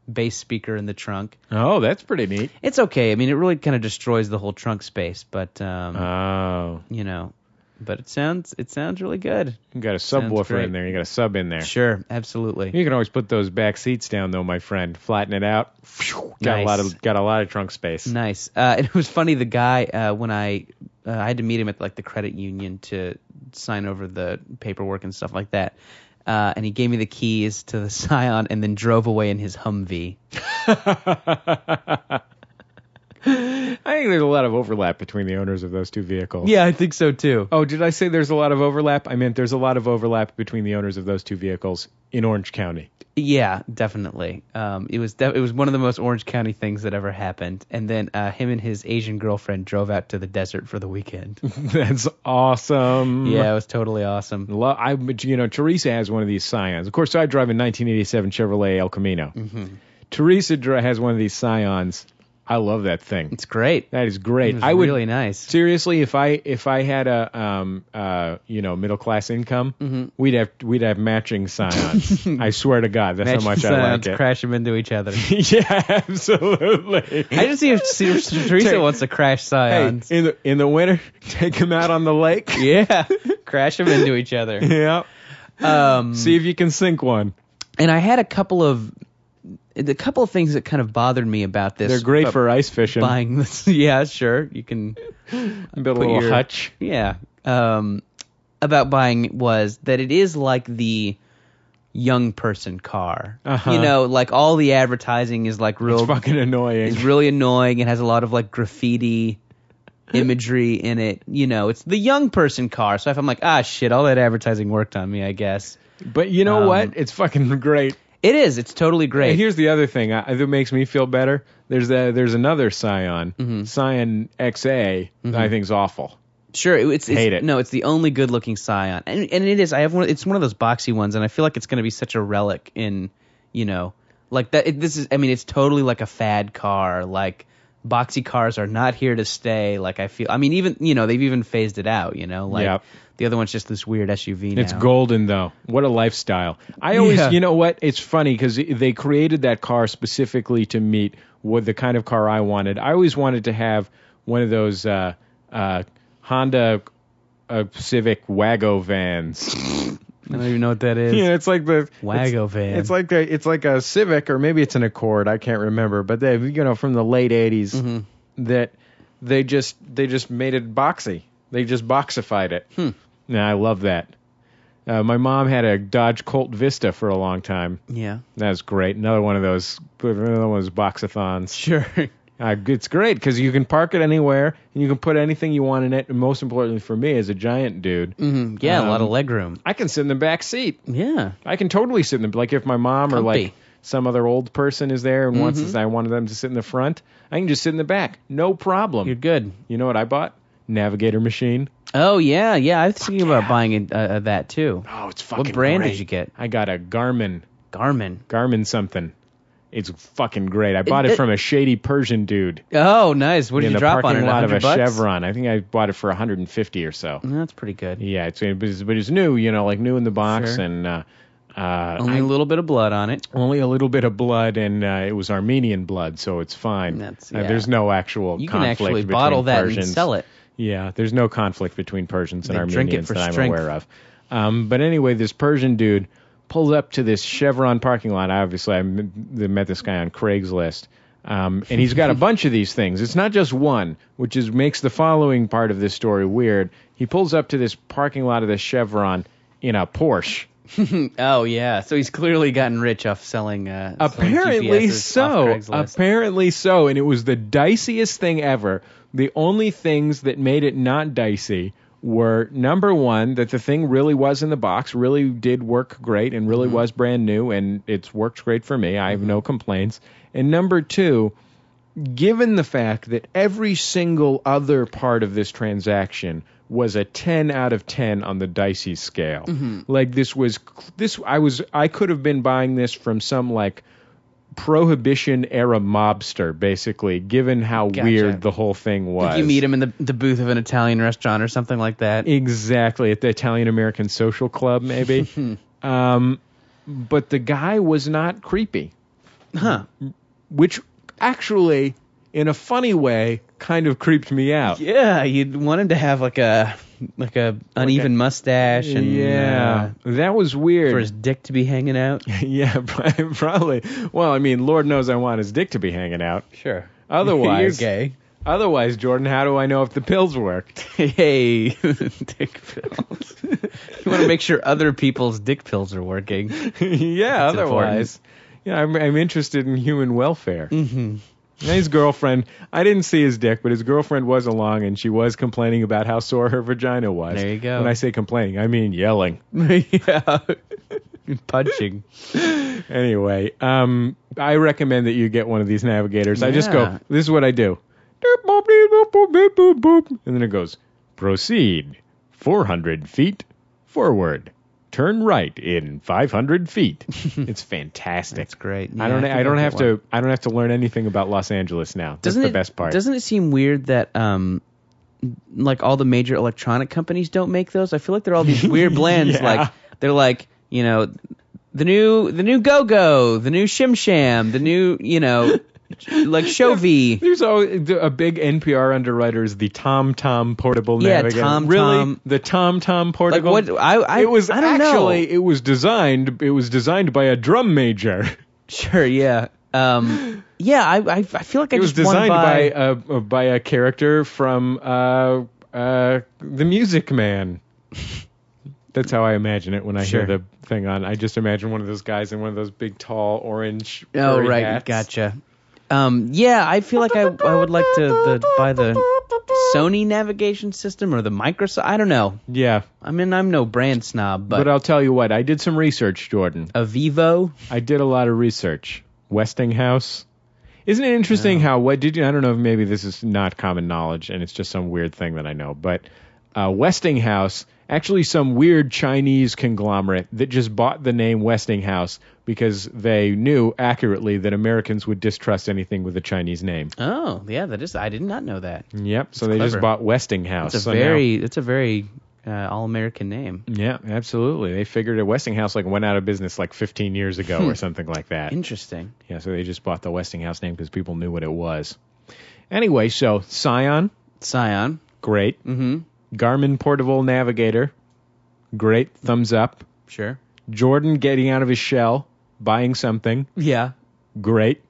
Speaker 2: bass speaker in the trunk.
Speaker 1: Oh, that's pretty neat.
Speaker 2: It's okay. I mean, it really kind of destroys the whole trunk space, but um,
Speaker 1: Oh,
Speaker 2: you know, but it sounds it sounds really good.
Speaker 1: you got a
Speaker 2: Sounds
Speaker 1: subwoofer
Speaker 2: great.
Speaker 1: in there. You got a sub in there.
Speaker 2: Sure, absolutely.
Speaker 1: You can always put those back seats down though, my friend. Flatten it out. Phew, Got a
Speaker 2: Nice.
Speaker 1: lot of got a lot of trunk space.
Speaker 2: Nice. Uh, and it was funny. The guy uh, when I uh, I had to meet him at like the credit union to sign over the paperwork and stuff like that. Uh, and he gave me the keys to the Scion and then drove away in his Humvee.
Speaker 1: I think there's a lot of overlap between the owners of those two vehicles.
Speaker 2: Yeah, I think so too.
Speaker 1: Oh, did I say there's a lot of overlap? I meant there's a lot of overlap between the owners of those two vehicles in Orange County.
Speaker 2: Yeah, definitely. Um, it was de- it was one of the most Orange County things that ever happened. And then uh, him and his Asian girlfriend drove out to the desert for the weekend.
Speaker 1: That's awesome.
Speaker 2: yeah, it was totally awesome.
Speaker 1: Lo- I, but, you know, Teresa has one of these Scions. Of course, I drive a 1987 Chevrolet El Camino.
Speaker 2: Mm-hmm.
Speaker 1: Teresa dri- has one of these Scions. I love that thing.
Speaker 2: It's great.
Speaker 1: That is great.
Speaker 2: It was
Speaker 1: I would
Speaker 2: really nice.
Speaker 1: seriously, if I if I had a um uh you know middle class income,
Speaker 2: Mm-hmm.
Speaker 1: we'd have we'd have matching Scions. I swear to God, that's how much I like it.
Speaker 2: Crash them into each other.
Speaker 1: yeah, absolutely.
Speaker 2: I just see if Ter- Teresa
Speaker 1: Take-
Speaker 2: wants to crash
Speaker 1: Hey,
Speaker 2: scions.
Speaker 1: in the in the winter, take them out on the lake.
Speaker 2: Yeah, crash them into each other.
Speaker 1: yeah.
Speaker 2: Um,
Speaker 1: See if you can sink one.
Speaker 2: and I had a couple of a couple of things that kind of bothered me about this.
Speaker 1: They're great
Speaker 2: about
Speaker 1: for ice fishing.
Speaker 2: buying this. Yeah, sure, you can.
Speaker 1: Build a
Speaker 2: put
Speaker 1: little
Speaker 2: your-
Speaker 1: hutch.
Speaker 2: Yeah, um, about buying was that it is like the young person car.
Speaker 1: Uh-huh.
Speaker 2: You know, like all the advertising is like real
Speaker 1: It's fucking annoying.
Speaker 2: It's really annoying. It has a lot of like graffiti imagery in it. You know, it's the young person car. So if I'm like, ah, shit, all that advertising worked on me, I guess.
Speaker 1: But you know
Speaker 2: Um,
Speaker 1: what? It's fucking great.
Speaker 2: It is. It's totally great.
Speaker 1: And here's the other thing I, that makes me feel better. There's a, there's another Scion,
Speaker 2: Mm-hmm.
Speaker 1: Scion XA. that I think's awful.
Speaker 2: sure, it- it's, it's
Speaker 1: Hate it.
Speaker 2: no, it's the only good looking Scion, and and it is. I have one. It's one of those boxy ones, and I feel like it's going to be such a relic in, you know, like that. It, this is. I mean, it's totally like a fad car. Like boxy cars are not here to stay. Like I feel. I mean, even you know, they've even phased it out. You know, like
Speaker 1: Yep.
Speaker 2: the other one's just this weird SUV.
Speaker 1: It's
Speaker 2: now.
Speaker 1: golden though. What a lifestyle. I always,
Speaker 2: Yeah.
Speaker 1: you know what? It's funny because they created that car specifically to meet what the kind of car I wanted. I always wanted to have one of those uh, uh, Honda uh, Civic Wago vans
Speaker 2: I don't even know what that is.
Speaker 1: Yeah, it's like the
Speaker 2: Waggo
Speaker 1: it's,
Speaker 2: van.
Speaker 1: It's like a, it's like a Civic or maybe it's an Accord. I can't remember, but they you know from the late '80s that they just they just made it boxy. They just boxified it. Hmm. Now I love that. Uh, my mom had a Dodge Colt Vista for a long time.
Speaker 2: Yeah.
Speaker 1: That was great. Another one of those another one of those boxathons.
Speaker 2: Sure.
Speaker 1: Uh, it's great because you can park it anywhere and you can put anything you want in it. And most importantly for me, as a giant dude,
Speaker 2: Hmm. yeah, a lot
Speaker 1: Um,
Speaker 2: of leg room.
Speaker 1: I can sit in the back seat.
Speaker 2: Yeah.
Speaker 1: I can totally sit in the like if my mom or
Speaker 2: Comfy. Mm-hmm.
Speaker 1: like some other old person is there and wants us, I wanted them to sit in the front. I can just sit in the back, no problem.
Speaker 2: You're good.
Speaker 1: You know what I bought? Navigator machine.
Speaker 2: Oh yeah, yeah. I was thinking about buying a, a, a, that too.
Speaker 1: Oh, it's fucking.
Speaker 2: What brand did
Speaker 1: great.
Speaker 2: you get?
Speaker 1: I got a Garmin,
Speaker 2: Garmin.
Speaker 1: Garmin something. It's fucking great. I bought it,
Speaker 2: it-
Speaker 1: from a shady Persian dude
Speaker 2: Oh, nice. What did
Speaker 1: in
Speaker 2: you
Speaker 1: the
Speaker 2: drop on
Speaker 1: parking
Speaker 2: it?
Speaker 1: lot of a
Speaker 2: 100 bucks? Mm.
Speaker 1: Chevron. I think I bought it for 150 or so.
Speaker 2: That's pretty good.
Speaker 1: Yeah, it's but it's, but it's new, you know, like new in the box
Speaker 2: Sure.
Speaker 1: and uh, uh,
Speaker 2: Only a little bit of blood on it.
Speaker 1: only a little bit of blood, and uh, it was Armenian blood, so it's fine.
Speaker 2: That's-
Speaker 1: Uh,
Speaker 2: yeah.
Speaker 1: there's no actual
Speaker 2: You can
Speaker 1: conflict
Speaker 2: actually
Speaker 1: between
Speaker 2: bottle that
Speaker 1: Persians.
Speaker 2: and sell it.
Speaker 1: Yeah, there's no conflict between Persians and
Speaker 2: They
Speaker 1: Armenians
Speaker 2: drink it for
Speaker 1: that I'm
Speaker 2: strength.
Speaker 1: aware of. Um, but anyway, this Persian dude pulled up to this Chevron parking lot. Obviously, I m- met this guy on Craigslist. Um, and he's got a bunch of these things. It's not just one, which is makes the following part of this story weird. He pulls up to this parking lot of the Chevron in a Porsche.
Speaker 2: Oh yeah. So he's clearly gotten rich off selling. Uh, selling
Speaker 1: Apparently
Speaker 2: GPSs
Speaker 1: so.
Speaker 2: Off Craigslist.
Speaker 1: Apparently so. And it was the diciest thing ever. The only things that made it not dicey were number one, that the thing really was in the box, really did work great, and
Speaker 2: Mm-hmm.
Speaker 1: really was brand new, and it's worked great for me. I have no complaints. And number two, given the fact that every single other part of this transaction was a 10 out of 10 on the dicey scale
Speaker 2: Mm-hmm.
Speaker 1: like this was this i was i could have been buying this from some like prohibition era mobster basically given how
Speaker 2: Gotcha.
Speaker 1: weird the whole thing was
Speaker 2: Like you meet him in the, the booth of an Italian restaurant or something like that.
Speaker 1: Exactly, at the Italian American Social Club, maybe.
Speaker 2: Hmm.
Speaker 1: um, but the guy was not creepy.
Speaker 2: Huh.
Speaker 1: Which actually, in a funny way, kind of creeped me out.
Speaker 2: Yeah, you'd want him to have like a like a uneven mustache and
Speaker 1: Yeah, that was weird.
Speaker 2: uh, for his dick to be hanging out.
Speaker 1: yeah, prob- probably. Well, I mean, Lord knows I want his dick to be hanging out.
Speaker 2: Sure.
Speaker 1: Otherwise,
Speaker 2: you're gay.
Speaker 1: otherwise, Jordan, how do I know if the pills worked?
Speaker 2: hey, dick pills. you want to make sure other people's dick pills are working.
Speaker 1: yeah,
Speaker 2: That's
Speaker 1: otherwise. Yeah, I'm, I'm interested in human welfare. Mm-hmm. his girlfriend, I didn't see his dick, but his girlfriend was along and she was complaining about how sore her vagina was.
Speaker 2: There you go.
Speaker 1: When I say complaining, I mean yelling.
Speaker 2: yeah. Punching.
Speaker 1: Anyway, um, I recommend that you get one of these navigators. I just
Speaker 2: Yeah.
Speaker 1: go, this is what I do. Doop, boop, beep, boop, boop, beep, boop, boop. And then it goes, proceed 400 feet forward. Turn right in 500 feet. it's fantastic.
Speaker 2: That's great.
Speaker 1: I don't.
Speaker 2: Yeah,
Speaker 1: I, don't
Speaker 2: think
Speaker 1: have
Speaker 2: I'll get one.
Speaker 1: to. I don't have to learn anything about Los Angeles now. That's
Speaker 2: Doesn't
Speaker 1: the
Speaker 2: it-
Speaker 1: best part.
Speaker 2: Doesn't it seem weird that um, like all the major electronic companies don't make those? I feel like they're all these weird blends.
Speaker 1: Yeah.
Speaker 2: Like they're like you know the new the new Go Go, the new Shim Sham, the new you know like Shovy.
Speaker 1: There's always a big NPR underwriter is the Tom Tom portable
Speaker 2: Yeah,
Speaker 1: navigator.
Speaker 2: Tom
Speaker 1: really,
Speaker 2: Tom.
Speaker 1: the Tom Tom
Speaker 2: Like
Speaker 1: portable.
Speaker 2: what? I, I
Speaker 1: um, it was
Speaker 2: I don't
Speaker 1: actually
Speaker 2: know.
Speaker 1: it was designed it was designed by a drum major.
Speaker 2: Sure, yeah. Um, yeah, I, I I feel like I
Speaker 1: It was
Speaker 2: just want to
Speaker 1: designed by
Speaker 2: buy.
Speaker 1: a by a character from uh, uh, the Music Man. That's how I imagine it when I
Speaker 2: Sure.
Speaker 1: hear the thing on. I just imagine one of those guys in one of those big, tall, orange.
Speaker 2: oh
Speaker 1: furry
Speaker 2: right,
Speaker 1: hats.
Speaker 2: gotcha. Um, yeah, I feel like I I would like to the, buy the Sony navigation system or the Microsoft. I don't know.
Speaker 1: Yeah,
Speaker 2: I mean, I'm no brand snob,
Speaker 1: But
Speaker 2: but,
Speaker 1: I'll tell you what, I did some research, Jordan.
Speaker 2: a Vivo.
Speaker 1: I did a lot of research. Westinghouse. Isn't it interesting how what did you I don't know if maybe this is not common knowledge and it's just some weird thing that I know, but uh, Westinghouse, actually some weird Chinese conglomerate that just bought the name Westinghouse because they knew accurately that Americans would distrust anything with a Chinese name.
Speaker 2: Oh, yeah, that is. I did not know that.
Speaker 1: Yep, so they just
Speaker 2: clever.
Speaker 1: bought Westinghouse.
Speaker 2: It's a
Speaker 1: So now-
Speaker 2: very, it's a very uh, all-American name.
Speaker 1: yeah, absolutely. They figured that Westinghouse like went out of business like 15 years ago
Speaker 2: Hmm.
Speaker 1: or something like that.
Speaker 2: Interesting.
Speaker 1: Yeah, so they just bought the Westinghouse name because people knew what it was. Anyway, so Scion,
Speaker 2: Scion.
Speaker 1: great.
Speaker 2: Mm-hmm.
Speaker 1: Garmin Portable Navigator, great. Thumbs up.
Speaker 2: Sure.
Speaker 1: Jordan getting out of his shell, buying something.
Speaker 2: Yeah.
Speaker 1: Great.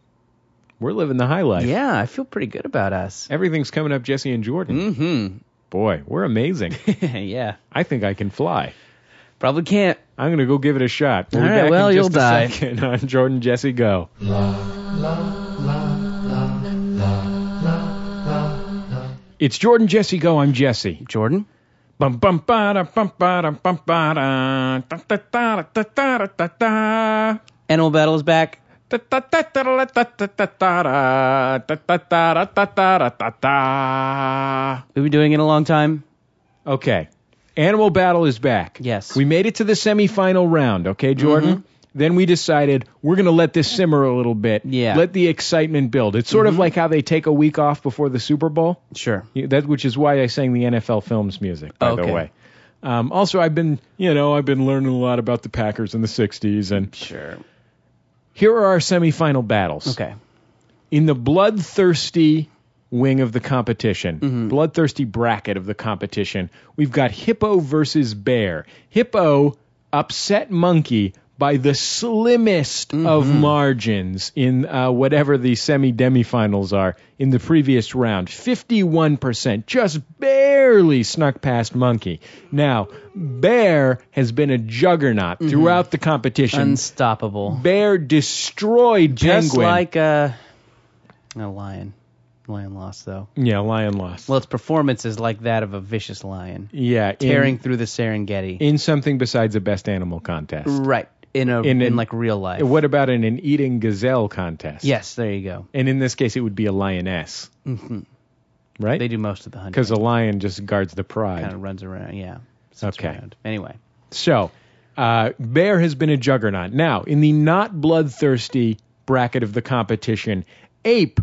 Speaker 1: We're living the high life.
Speaker 2: Yeah, I feel pretty good about us.
Speaker 1: Everything's coming up Jesse and Jordan.
Speaker 2: Mm-hmm.
Speaker 1: Boy, we're amazing.
Speaker 2: yeah.
Speaker 1: I think I can fly.
Speaker 2: Probably can't.
Speaker 1: I'm going to go give it a shot. We'll
Speaker 2: All
Speaker 1: be
Speaker 2: right,
Speaker 1: back
Speaker 2: well,
Speaker 1: in
Speaker 2: you'll
Speaker 1: just a
Speaker 2: die.
Speaker 1: second on Jordan Jesse Go. It's Jordan Jesse Go. I'm Jesse.
Speaker 2: Jordan?
Speaker 1: Bum bum ba da bum ba da bum ba da da da da da da da da da.
Speaker 2: Animal Battle is back. We've been doing it a long time.
Speaker 1: Okay. Animal Battle is back.
Speaker 2: Yes.
Speaker 1: We made it to the semifinal round, okay, Jordan?
Speaker 2: Mm-hmm.
Speaker 1: Then we decided we're going to let this simmer a little bit.
Speaker 2: Yeah. Mm-hmm.
Speaker 1: Let the excitement build. It's sort of like how they take a week off before the Super Bowl.
Speaker 2: Sure.
Speaker 1: Yeah, That which is why I sang the NFL Films music, by
Speaker 2: Okay.
Speaker 1: the way. Um, also, I've been, you know, I've been learning a lot about the Packers in the '60s, and
Speaker 2: Sure.
Speaker 1: here are our semifinal battles.
Speaker 2: Okay.
Speaker 1: In the bloodthirsty wing of the competition,
Speaker 2: Mm-hmm.
Speaker 1: bloodthirsty bracket of the competition, we've got Hippo versus Bear. Hippo upset Monkey by the slimmest
Speaker 2: Mm-hmm.
Speaker 1: of margins in uh, whatever the semi demifinals are in the previous round. 51%, just barely snuck past Monkey. Now, Bear has been a juggernaut
Speaker 2: Mm-hmm.
Speaker 1: throughout the competition.
Speaker 2: Unstoppable.
Speaker 1: Bear destroyed
Speaker 2: Just
Speaker 1: Penguin.
Speaker 2: like uh, a lion. Lion lost, though.
Speaker 1: yeah, Lion lost.
Speaker 2: Well, its performance is like that of a vicious lion
Speaker 1: Yeah,
Speaker 2: tearing through the Serengeti.
Speaker 1: in, in something besides a best animal contest.
Speaker 2: right. In a
Speaker 1: In
Speaker 2: in,
Speaker 1: an-
Speaker 2: like real life.
Speaker 1: What about in an eating gazelle contest?
Speaker 2: Yes, there you go.
Speaker 1: and in this case, it would be a lioness,
Speaker 2: hmm They
Speaker 1: right?
Speaker 2: do most of the hunting.
Speaker 1: Because a lion just guards the pride.
Speaker 2: kind of runs around. Yeah. sits
Speaker 1: Okay.
Speaker 2: around. Anyway.
Speaker 1: So, uh, Bear has been a juggernaut. Now, in the not bloodthirsty bracket of the competition, Ape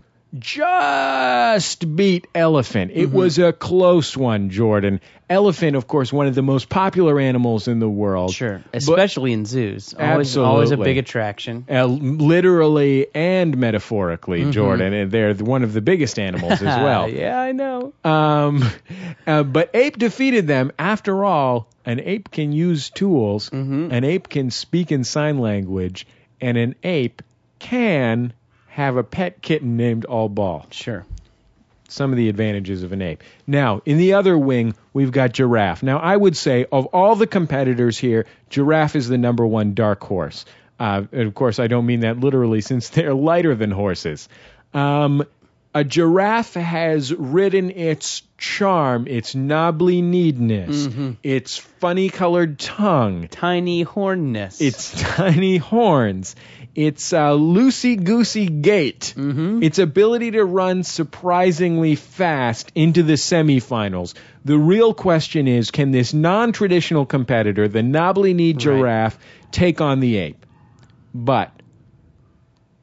Speaker 1: just beat Elephant. It
Speaker 2: Mm-hmm.
Speaker 1: was a close one, Jordan. Elephant, of course, one of the most popular animals in the world.
Speaker 2: Sure.
Speaker 1: But-
Speaker 2: Especially in zoos. Always, always a
Speaker 1: Absolutely.
Speaker 2: big attraction.
Speaker 1: uh, literally and metaphorically, Jordan. And they're th- one of the biggest animals as well.
Speaker 2: Mm-hmm. yeah, I know.
Speaker 1: um, uh, but ape defeated them. After all, an ape can use tools,
Speaker 2: Mm-hmm.
Speaker 1: an ape can speak in sign language, and an ape can have a pet kitten named All Ball.
Speaker 2: Sure.
Speaker 1: Some of the advantages of an ape. Now, in the other wing, we've got giraffe. Now, I would say of all the competitors here, giraffe is the number one dark horse. Uh, and of course, I don't mean that literally since they're lighter than horses. Um, a giraffe has ridden its charm, its knobbly needness, its funny colored tongue,
Speaker 2: Tiny hornness.
Speaker 1: its tiny horns, its uh, loosey goosey gait,
Speaker 2: Mm-hmm.
Speaker 1: its ability to run surprisingly fast into the semifinals. The real question is can this non traditional competitor, the knobbly kneed giraffe, take on the ape? But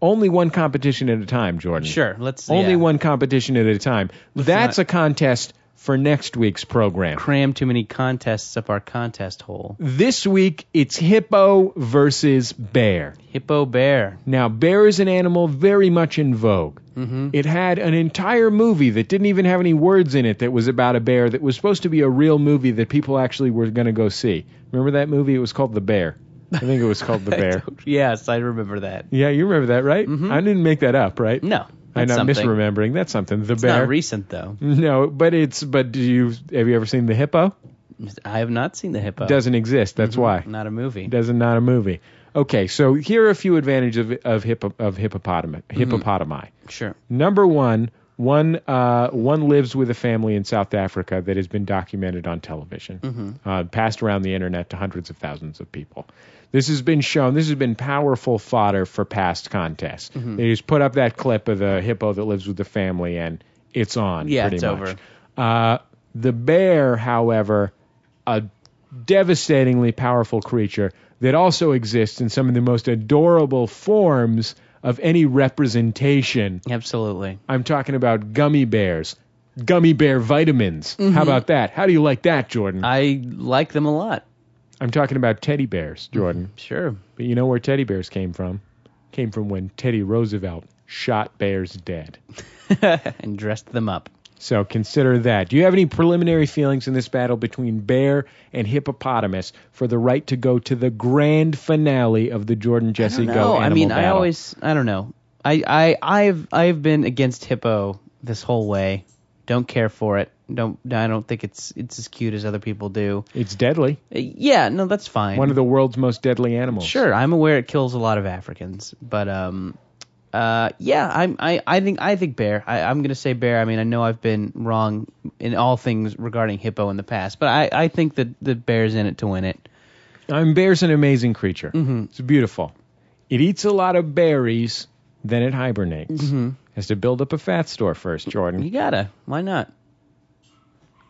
Speaker 1: only one competition at a time, Jordan.
Speaker 2: sure. Let's
Speaker 1: Only
Speaker 2: yeah.
Speaker 1: one competition at a time. That's a contest for next week's program.
Speaker 2: cram too many contests up our contest hole.
Speaker 1: This week, it's hippo versus bear.
Speaker 2: Hippo bear.
Speaker 1: Now, bear is an animal very much in vogue.
Speaker 2: Mm-hmm.
Speaker 1: It had an entire movie that didn't even have any words in it that was about a bear that was supposed to be a real movie that people actually were going to go see. Remember that movie? It was called The Bear. I think it was called The Bear.
Speaker 2: Yes, I remember that.
Speaker 1: yeah, you remember that, right? I didn't make that up, right?
Speaker 2: No.
Speaker 1: I'm
Speaker 2: that's
Speaker 1: not
Speaker 2: something.
Speaker 1: misremembering. That's something. The
Speaker 2: It's
Speaker 1: Bear.
Speaker 2: not recent though.
Speaker 1: no, but it's but do you have you ever seen The Hippo?
Speaker 2: Oh. I have not seen the hippo.
Speaker 1: Doesn't exist. That's why.
Speaker 2: not a movie.
Speaker 1: Doesn't not a movie. Okay, so here are a few advantages of of, hippo, of hippopotami,
Speaker 2: Mm-hmm.
Speaker 1: hippopotami.
Speaker 2: Sure.
Speaker 1: Number one, one uh, one lives with a family in South Africa that has been documented on television,
Speaker 2: Mm-hmm.
Speaker 1: uh, passed around the internet to hundreds of thousands of people. This has been shown. This has been powerful fodder for past contests.
Speaker 2: Mm-hmm.
Speaker 1: They just put up that clip of the hippo that lives with the family, and it's on.
Speaker 2: Yeah,
Speaker 1: pretty
Speaker 2: it's
Speaker 1: much.
Speaker 2: over.
Speaker 1: Uh, the bear, however, a devastatingly powerful creature that also exists in some of the most adorable forms of any representation.
Speaker 2: Absolutely.
Speaker 1: I'm talking about gummy bears, gummy bear vitamins.
Speaker 2: Mm-hmm.
Speaker 1: How about that? How do you like that, Jordan?
Speaker 2: I like them a lot.
Speaker 1: I'm talking about teddy bears, Jordan.
Speaker 2: Sure.
Speaker 1: But you know where teddy bears came from? Came from when Teddy Roosevelt shot bears dead.
Speaker 2: and dressed them up.
Speaker 1: So consider that. Do you have any preliminary feelings in this battle between bear and hippopotamus for the right to go to the grand finale of the Jordan Jesse Go
Speaker 2: No,
Speaker 1: animal
Speaker 2: I mean I
Speaker 1: battle?
Speaker 2: always I don't know. I I I've I've been against hippo this whole way. Don't care for it. Don't I don't think it's it's as cute as other people do.
Speaker 1: It's deadly.
Speaker 2: Uh, Yeah, no, that's fine.
Speaker 1: One of the world's most deadly animals.
Speaker 2: Sure, I'm aware it kills a lot of Africans, but um, uh, yeah, I'm I, I think I think bear. I, I'm gonna say bear. I mean, I know I've been wrong in all things regarding hippo in the past, but I, I think that the bear's in it to win it.
Speaker 1: I mean, bear's an amazing creature.
Speaker 2: Mm-hmm.
Speaker 1: It's beautiful. It eats a lot of berries, then it hibernates.
Speaker 2: Mm-hmm.
Speaker 1: Has to build up a fat store first, Jordan.
Speaker 2: You gotta. Why not?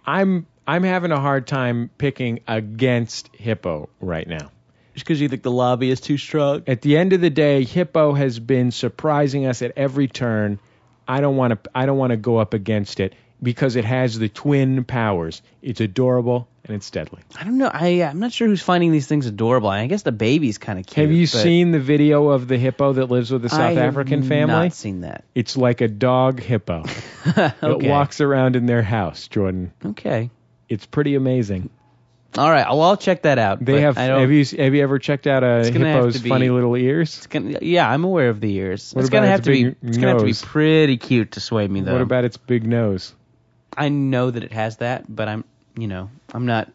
Speaker 1: I'm I'm having a hard time picking against hippo right now.
Speaker 2: Just because you think the lobby is too strong.
Speaker 1: At the end of the day, hippo has been surprising us at every turn. I don't want to I don't want to go up against it because it has the twin powers. It's adorable and it's deadly.
Speaker 2: I don't know. I uh, I'm not sure who's finding these things adorable. I guess the baby's kind of cute.
Speaker 1: Have you
Speaker 2: but
Speaker 1: seen the video of the hippo that lives with the
Speaker 2: I
Speaker 1: South
Speaker 2: have
Speaker 1: African family?
Speaker 2: Not seen that.
Speaker 1: It's like a dog hippo.
Speaker 2: Okay.
Speaker 1: It walks around in their house, Jordan.
Speaker 2: Okay.
Speaker 1: It's pretty amazing.
Speaker 2: All right. Well, I'll check that out.
Speaker 1: They
Speaker 2: but
Speaker 1: have
Speaker 2: I don't,
Speaker 1: have you have you ever checked out a
Speaker 2: gonna have
Speaker 1: hippo's
Speaker 2: to be-
Speaker 1: funny little ears?
Speaker 2: It's gonna, yeah, I'm aware of the ears.
Speaker 1: What
Speaker 2: it's gonna
Speaker 1: about
Speaker 2: have
Speaker 1: its
Speaker 2: to be.
Speaker 1: big
Speaker 2: It's gonna have to be
Speaker 1: nose?
Speaker 2: pretty cute to sway me though.
Speaker 1: What about its big nose?
Speaker 2: I know that it has that, but I'm, you know, I'm not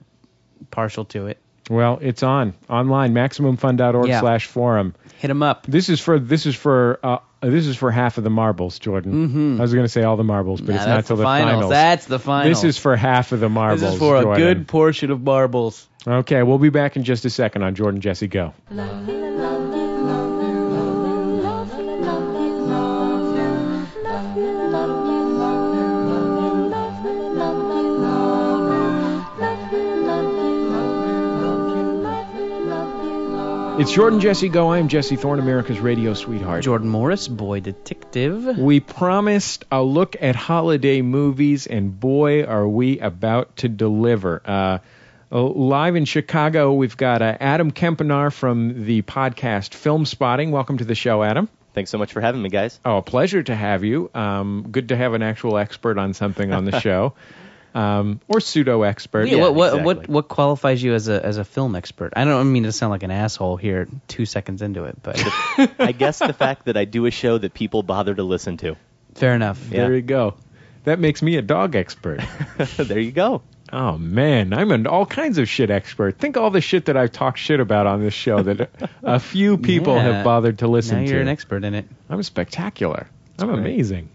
Speaker 2: partial to it.
Speaker 1: Well, it's on online maximumfun.org
Speaker 2: Yeah.
Speaker 1: slash forum.
Speaker 2: Hit him up.
Speaker 1: This is for this is for uh, this is for half of the marbles, Jordan. I was going to say all the marbles, but
Speaker 2: Mm-hmm. Nah,
Speaker 1: it's
Speaker 2: that's
Speaker 1: not till
Speaker 2: the
Speaker 1: the
Speaker 2: finals. That's the finals.
Speaker 1: This is for half of the marbles.
Speaker 2: This is for a
Speaker 1: Jordan.
Speaker 2: good portion of marbles.
Speaker 1: Okay, we'll be back in just a second on Jordan Jesse Go. It's Jordan Jesse Go. I am Jesse Thorne, America's radio sweetheart.
Speaker 2: Jordan Morris, boy detective.
Speaker 1: We promised a look at holiday movies, and boy, are we about to deliver. Uh, uh, live in Chicago, we've got uh, Adam Kempinar from the podcast Film Spotting. Welcome to the show, Adam.
Speaker 3: Thanks so much for having me, guys.
Speaker 1: Oh, a pleasure to have you. Um, good to have an actual expert on something on the show, um, or pseudo expert.
Speaker 2: Yeah, what, what, what,
Speaker 3: exactly.
Speaker 2: what qualifies you as a, as a film expert? I don't mean to sound like an asshole here two seconds into it, but
Speaker 3: I guess the fact that I do a show that people bother to listen to.
Speaker 2: fair enough.
Speaker 3: Yeah.
Speaker 1: There you go. That makes me a dog expert.
Speaker 3: there you go.
Speaker 1: Oh man, I'm an all kinds of shit expert. Think all the shit that I've talked shit about on this show that a few people
Speaker 2: Yeah.
Speaker 1: have bothered to listen
Speaker 2: now
Speaker 1: to.
Speaker 2: you're an expert in it.
Speaker 1: I'm spectacular. I'm amazing.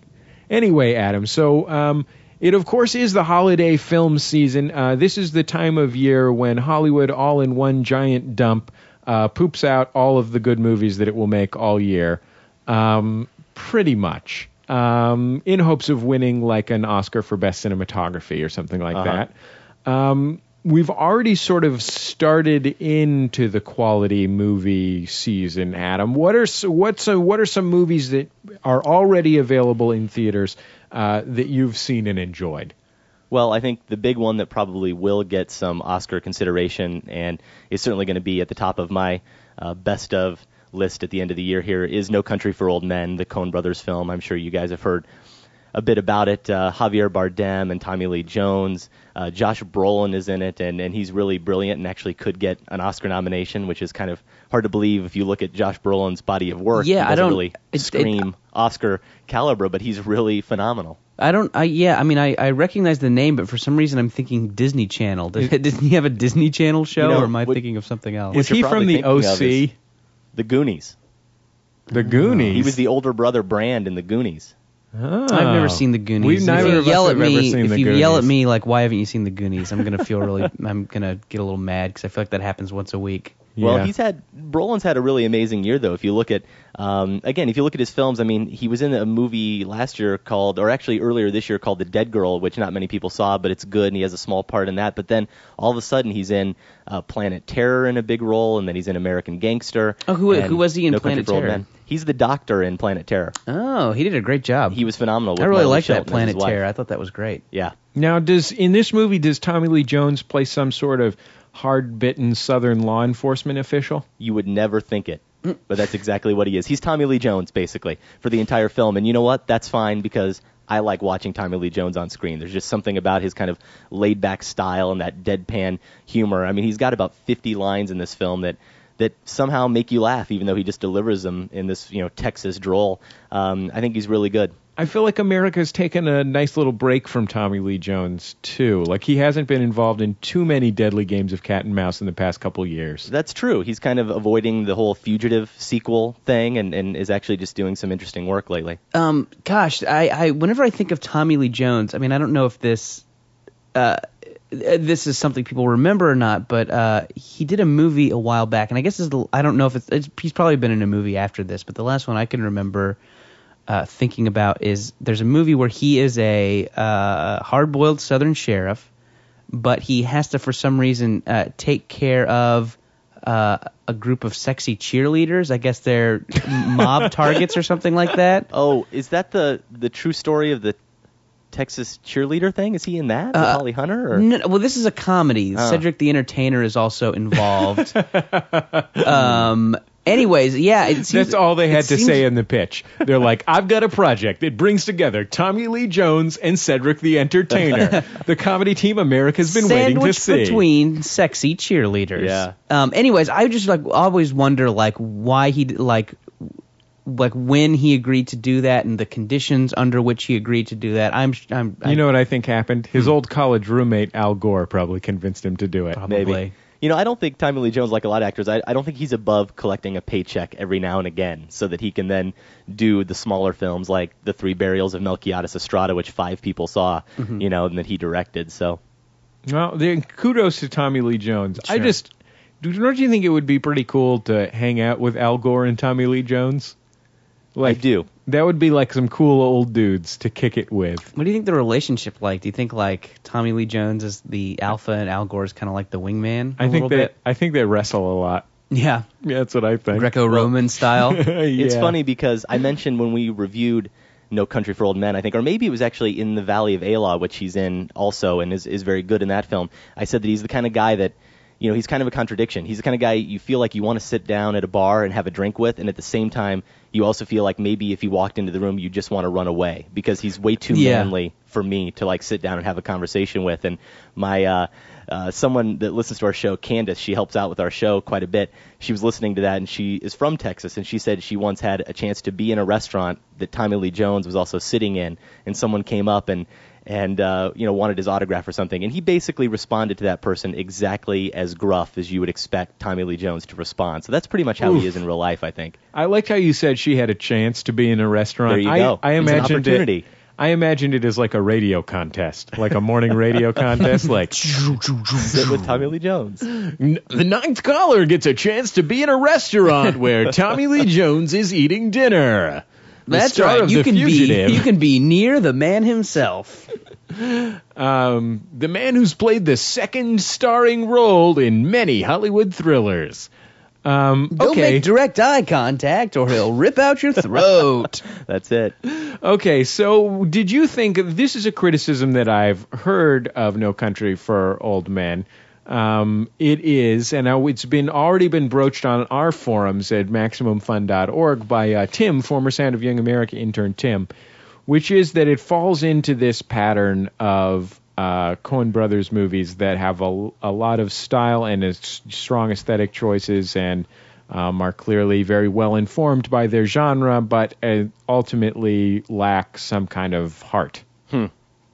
Speaker 1: Anyway, Adam, so um, it of course is the holiday film season. Uh, this is the time of year when Hollywood, all in one giant dump, uh, poops out all of the good movies that it will make all year, um, pretty much, um, in hopes of winning like an Oscar for best cinematography or something like
Speaker 2: Uh-huh.
Speaker 1: that. Um, we've already sort of started into the quality movie season, Adam. What are s- what's uh what are some movies that are already available in theaters uh, that you've seen and enjoyed?
Speaker 3: Well, I think the big one that probably will get some Oscar consideration and is certainly going to be at the top of my uh, best of list at the end of the year here is No Country for Old Men, the Coen Brothers film. I'm sure you guys have heard a bit about it. Uh, Javier Bardem and Tommy Lee Jones. Uh, Josh Brolin is in it, and, and he's really brilliant and actually could get an Oscar nomination, which is kind of hard to believe if you look at Josh Brolin's body of work.
Speaker 2: Yeah,
Speaker 3: He
Speaker 2: I
Speaker 3: doesn't
Speaker 2: don't-
Speaker 3: really
Speaker 2: it- it-
Speaker 3: scream Oscar caliber, but he's really phenomenal.
Speaker 2: I don't. I yeah. I mean, I, I recognize the name, but for some reason, I'm thinking Disney Channel. Does, does he have a Disney Channel show,
Speaker 3: know,
Speaker 2: or am I
Speaker 3: what-
Speaker 2: thinking of something else?
Speaker 3: What
Speaker 1: Is
Speaker 3: you're
Speaker 1: he from
Speaker 3: probably
Speaker 1: the
Speaker 3: thinking of is-
Speaker 1: OC,
Speaker 3: The Goonies.
Speaker 2: Oh.
Speaker 1: the Goonies?
Speaker 3: He was the older brother Brand in the Goonies.
Speaker 1: Oh.
Speaker 2: I've never seen the Goonies.
Speaker 1: We've
Speaker 2: If
Speaker 1: neither
Speaker 2: you
Speaker 1: of us
Speaker 2: yell
Speaker 1: have
Speaker 2: at me,
Speaker 1: ever seen
Speaker 2: if
Speaker 1: the
Speaker 2: you yell at
Speaker 1: Goonies.
Speaker 2: me like, why haven't you seen the Goonies? I'm gonna feel really. I'm gonna get a little mad because I feel like that happens once a week.
Speaker 3: Well,
Speaker 1: Yeah.
Speaker 3: he's had Brolin's had a really amazing year though. If you look at um, again, if you look at his films, I mean, he was in a movie last year called, or actually earlier this year called The Dead Girl, which not many people saw, but it's good, and he has a small part in that. But then all of a sudden, he's in uh, Planet Terror in a big role, and then he's in American Gangster.
Speaker 2: Oh, who-
Speaker 3: and
Speaker 2: who was he in
Speaker 3: No Country
Speaker 2: Planet
Speaker 3: for Old
Speaker 2: Terror?
Speaker 3: Men. He's the doctor in Planet Terror.
Speaker 2: Oh, he did a great job.
Speaker 3: He was phenomenal. With
Speaker 2: I really
Speaker 3: Molly
Speaker 2: like that
Speaker 3: Shelton as his
Speaker 2: Planet
Speaker 3: wife.
Speaker 2: Terror. I thought that was great.
Speaker 3: Yeah.
Speaker 1: Now, does in this movie does Tommy Lee Jones play some sort of hard-bitten Southern law enforcement official?
Speaker 3: you would never think it. But that's exactly what he is. He's Tommy Lee Jones, basically, for the entire film. And you know what? That's fine because I like watching Tommy Lee Jones on screen. There's just something about his kind of laid back style and that deadpan humor. I mean, he's got about 50 lines in this film that that somehow make you laugh, even though he just delivers them in this you know Texas droll. Um, I think he's really good.
Speaker 1: I feel like America's taken a nice little break from Tommy Lee Jones too. Like he hasn't been involved in too many deadly games of cat and mouse in the past couple years.
Speaker 3: That's true. He's kind of avoiding the whole fugitive sequel thing and, and is actually just doing some interesting work lately.
Speaker 2: um, gosh, I, I whenever I think of Tommy Lee Jones, I mean, I don't know if this uh, this is something people remember or not, but uh, he did a movie a while back, and I guess this is the, I don't know if it's, it's he's probably been in a movie after this, but the last one I can remember uh, thinking about is there's a movie where he is a uh, hard-boiled Southern sheriff, but he has to for some reason uh, take care of. Uh, a group of sexy cheerleaders. I guess they're mob targets or something like that.
Speaker 3: Oh, is that the the true story of the Texas cheerleader thing? Is he in that? With Holly Hunter? Or?
Speaker 2: No, well, this is a comedy.
Speaker 3: Oh.
Speaker 2: Cedric the Entertainer is also involved. um. Anyways, yeah, it seems,
Speaker 1: That's all they had
Speaker 2: it
Speaker 1: to
Speaker 2: seems-
Speaker 1: say in the pitch. They're like, I've got a project that brings together Tommy Lee Jones and Cedric the Entertainer, the comedy team America's been waiting to
Speaker 2: sandwich
Speaker 1: see.
Speaker 2: between sexy cheerleaders.
Speaker 3: Yeah.
Speaker 2: Um. Anyways, I just like always wonder like why he d- like like when he agreed to do that and the conditions under which he agreed to do that. I'm sh- I'm I-
Speaker 1: you know what I think happened? His old college roommate Al Gore probably convinced him to do it.
Speaker 2: Probably.
Speaker 3: Maybe. You know, I don't think Tommy Lee Jones, like a lot of actors, I, I don't think he's above collecting a paycheck every now and again so that he can then do the smaller films like The Three Burials of Melchiades Estrada, which five people saw, you know, and that he directed. So
Speaker 1: Well, then kudos to Tommy Lee Jones. I
Speaker 2: Sure.
Speaker 1: just do don't you think it would be pretty cool to hang out with Al Gore and Tommy Lee Jones? Like
Speaker 3: I do.
Speaker 1: That would be like some cool old dudes to kick it with.
Speaker 2: What do you think the relationship like? Do you think like Tommy Lee Jones is the alpha and Al Gore is kind of like the wingman? a
Speaker 1: I think
Speaker 2: little
Speaker 1: they
Speaker 2: bit?
Speaker 1: I think they wrestle a lot.
Speaker 2: Yeah.
Speaker 1: Yeah, that's what I think.
Speaker 2: Greco-Roman style.
Speaker 3: It's
Speaker 1: Yeah.
Speaker 3: funny because I mentioned when we reviewed No Country for Old Men, I think, or maybe it was actually in the Valley of Elah, which he's in also and is, is very good in that film. I said that he's the kind of guy that, you know, he's kind of a contradiction. He's the kind of guy you feel like you want to sit down at a bar and have a drink with, and at the same time, you also feel like maybe if he walked into the room, you just want to run away because he's way too
Speaker 2: Yeah.
Speaker 3: manly for me to like sit down and have a conversation with. And my uh, uh, someone that listens to our show, Candace, she helps out with our show quite a bit. She was listening to that, and she is from Texas, and she said she once had a chance to be in a restaurant that Tommy Lee Jones was also sitting in, and someone came up and and uh, you know wanted his autograph or something, and he basically responded to that person exactly as gruff as you would expect Tommy Lee Jones to respond. So that's pretty much how he is in real life, I think.
Speaker 1: I liked how you said she had a chance to be in a restaurant.
Speaker 3: There you
Speaker 1: I,
Speaker 3: go.
Speaker 1: I
Speaker 3: It's an
Speaker 1: imagined It,
Speaker 3: opportunity.
Speaker 1: I imagined it as like a radio contest, like a morning radio contest. Like
Speaker 3: Sit with Tommy Lee Jones.
Speaker 1: N- the ninth caller gets a chance to be in a restaurant where Tommy Lee Jones is eating dinner. The
Speaker 2: That's
Speaker 1: star
Speaker 2: right.
Speaker 1: of
Speaker 2: You
Speaker 1: The
Speaker 2: can
Speaker 1: Fugitive.
Speaker 2: be you can be near the man himself.
Speaker 1: Um, the man who's played the second starring role in many Hollywood thrillers. Um,
Speaker 2: Don't
Speaker 1: okay.
Speaker 2: make direct eye contact, or he'll rip out your throat.
Speaker 3: That's it.
Speaker 1: Okay, so did you think this is a criticism that I've heard of No Country for Old Men? Um, it is, and I, it's been already been broached on our forums at MaximumFun.org by uh, Tim, former Sound of Young America intern Tim, which is that it falls into this pattern of uh, Coen Brothers movies that have a, a lot of style and a s- strong aesthetic choices and um, are clearly very well informed by their genre, but uh, ultimately lack some kind of heart.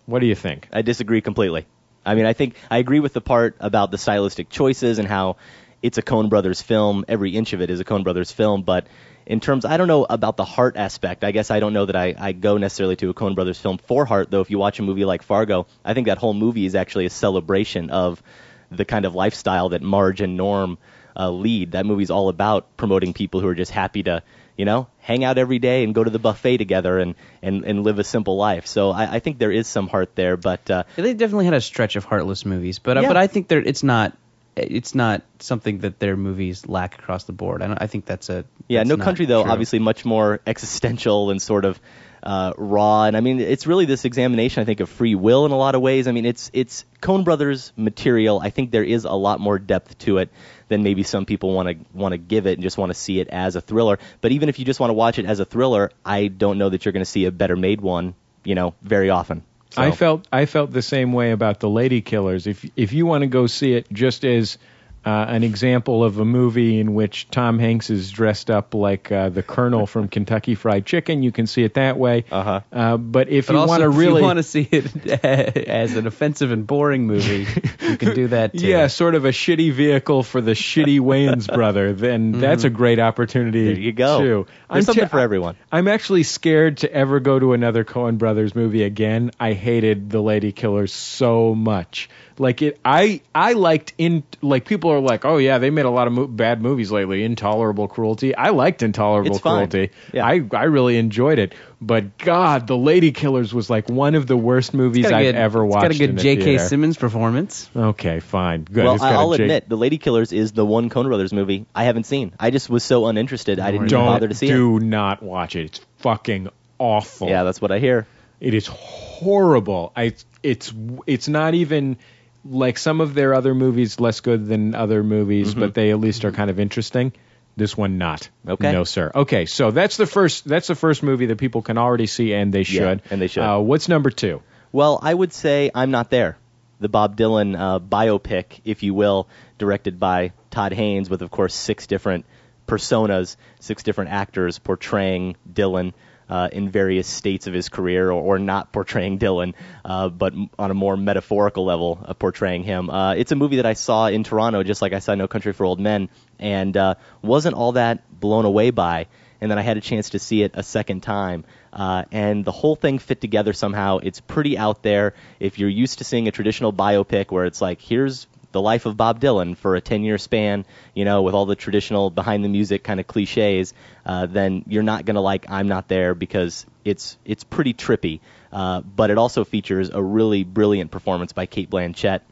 Speaker 1: What do you think?
Speaker 3: I disagree completely. I mean, I think I agree with the part about the stylistic choices and how it's a Coen Brothers film. Every inch of it is a Coen Brothers film. But in terms, I don't know about the heart aspect. I guess I don't know that I, I go necessarily to a Coen Brothers film for heart, though. If you watch a movie like Fargo, I think that whole movie is actually a celebration of the kind of lifestyle that Marge and Norm uh, lead. That movie's all about promoting people who are just happy to, you know, hang out every day and go to the buffet together and, and, and live a simple life. So I, I think there is some heart there, but uh,
Speaker 2: they definitely had a stretch of heartless movies, but uh,
Speaker 3: Yeah.
Speaker 2: but I think they're, it's not it's not something that their movies lack across the board. I, don't, I think that's a
Speaker 3: yeah,
Speaker 2: that's
Speaker 3: no
Speaker 2: not
Speaker 3: country though,
Speaker 2: true.
Speaker 3: obviously much more existential and sort of uh, raw. And I mean, it's really this examination, I think, of free will in a lot of ways. I mean, it's it's Coen Brothers material. I think there is a lot more depth to it than maybe some people want to want to give it and just want to see it as a thriller. But even if you just want to watch it as a thriller, I don't know that you're going to see a better made one you know, very often. So-
Speaker 1: I felt I felt the same way about the Lady Killers. If if you want to go see it, just as uh, an example of a movie in which Tom Hanks is dressed up like uh, the Colonel from Kentucky Fried Chicken, you can see it that way.
Speaker 3: Uh-huh.
Speaker 1: Uh, But if
Speaker 2: But
Speaker 1: you
Speaker 2: also,
Speaker 1: want to
Speaker 2: if
Speaker 1: really
Speaker 2: you want to see it as an offensive and boring movie, you can do that too.
Speaker 1: yeah, sort of a shitty vehicle for the shitty Wayans brother, then that's a great opportunity.
Speaker 3: Mm-hmm. There you go.
Speaker 1: Too.
Speaker 3: There's something for everyone.
Speaker 1: I'm actually scared to ever go to another Coen Brothers movie again. I hated The Lady Killers so much. Like it, I I liked in like people are like, oh yeah, they made a lot of mo- bad movies lately. Intolerable Cruelty. I liked Intolerable
Speaker 3: It's fine.
Speaker 1: Cruelty.
Speaker 3: Yeah.
Speaker 1: I I really enjoyed it. But God, The Lady Killers was like one of the worst movies
Speaker 2: It's got a
Speaker 1: I've
Speaker 2: good-
Speaker 1: ever
Speaker 2: it's
Speaker 1: watched.
Speaker 2: got a
Speaker 1: in
Speaker 2: good
Speaker 1: the
Speaker 2: J.K.
Speaker 1: theater.
Speaker 2: Simmons performance.
Speaker 1: Okay, fine, good.
Speaker 3: Well,
Speaker 1: It's got a
Speaker 3: I'll
Speaker 1: J-
Speaker 3: admit, The Lady Killers is the one Coen Brothers movie I haven't seen. I just was so uninterested, I didn't even
Speaker 1: Don't
Speaker 3: bother to see
Speaker 1: do not watch it. It's fucking awful.
Speaker 3: it. Yeah, that's what I hear.
Speaker 1: it is horrible. I it's it's not even like some of their other movies less good than other movies,
Speaker 3: Mm-hmm.
Speaker 1: but they at least are kind of interesting. This one not.
Speaker 3: Okay.
Speaker 1: No sir. Okay, so that's the first that's the first movie that people can already see and they
Speaker 3: Yeah,
Speaker 1: should.
Speaker 3: and they should.
Speaker 1: Uh, what's number two?
Speaker 3: Well, I would say I'm not there. The Bob Dylan uh, biopic, if you will, directed by Todd Haynes, with of course six different personas, six different actors portraying Dylan uh, in various states of his career, or, or not portraying Dylan, uh, but m- on a more metaphorical level, uh, portraying him. Uh, it's a movie that I saw in Toronto, just like I saw No Country for Old Men, and uh, wasn't all that blown away by and then I had a chance to see it a second time. Uh, and the whole thing fit together somehow. It's pretty out there. If you're used to seeing a traditional biopic where it's like, here's the life of Bob Dylan for a 10 year span, you know, with all the traditional behind the music kind of cliches, uh, then you're not going to like I'm Not There because it's, it's pretty trippy. Uh, but it also features a really brilliant performance by Kate Blanchett.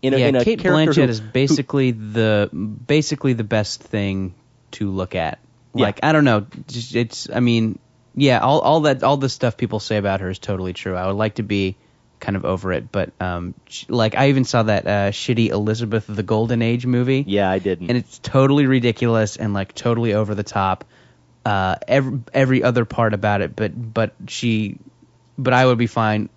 Speaker 3: In
Speaker 2: yeah, Kate
Speaker 3: character
Speaker 2: Blanchett
Speaker 3: who-
Speaker 2: is
Speaker 3: who-
Speaker 2: basically the basically the best thing to look at.
Speaker 3: Yeah.
Speaker 2: Like I don't know, just- it's I mean, yeah, all all that all the stuff people say about her is totally true. I would like to be kind of over it, but um, sh- like I even saw that uh, shitty Elizabeth the Golden Age movie.
Speaker 3: yeah, I didn't.
Speaker 2: and it's totally ridiculous and like totally over the top. Uh, every every other part about it, but but she, but I would be fine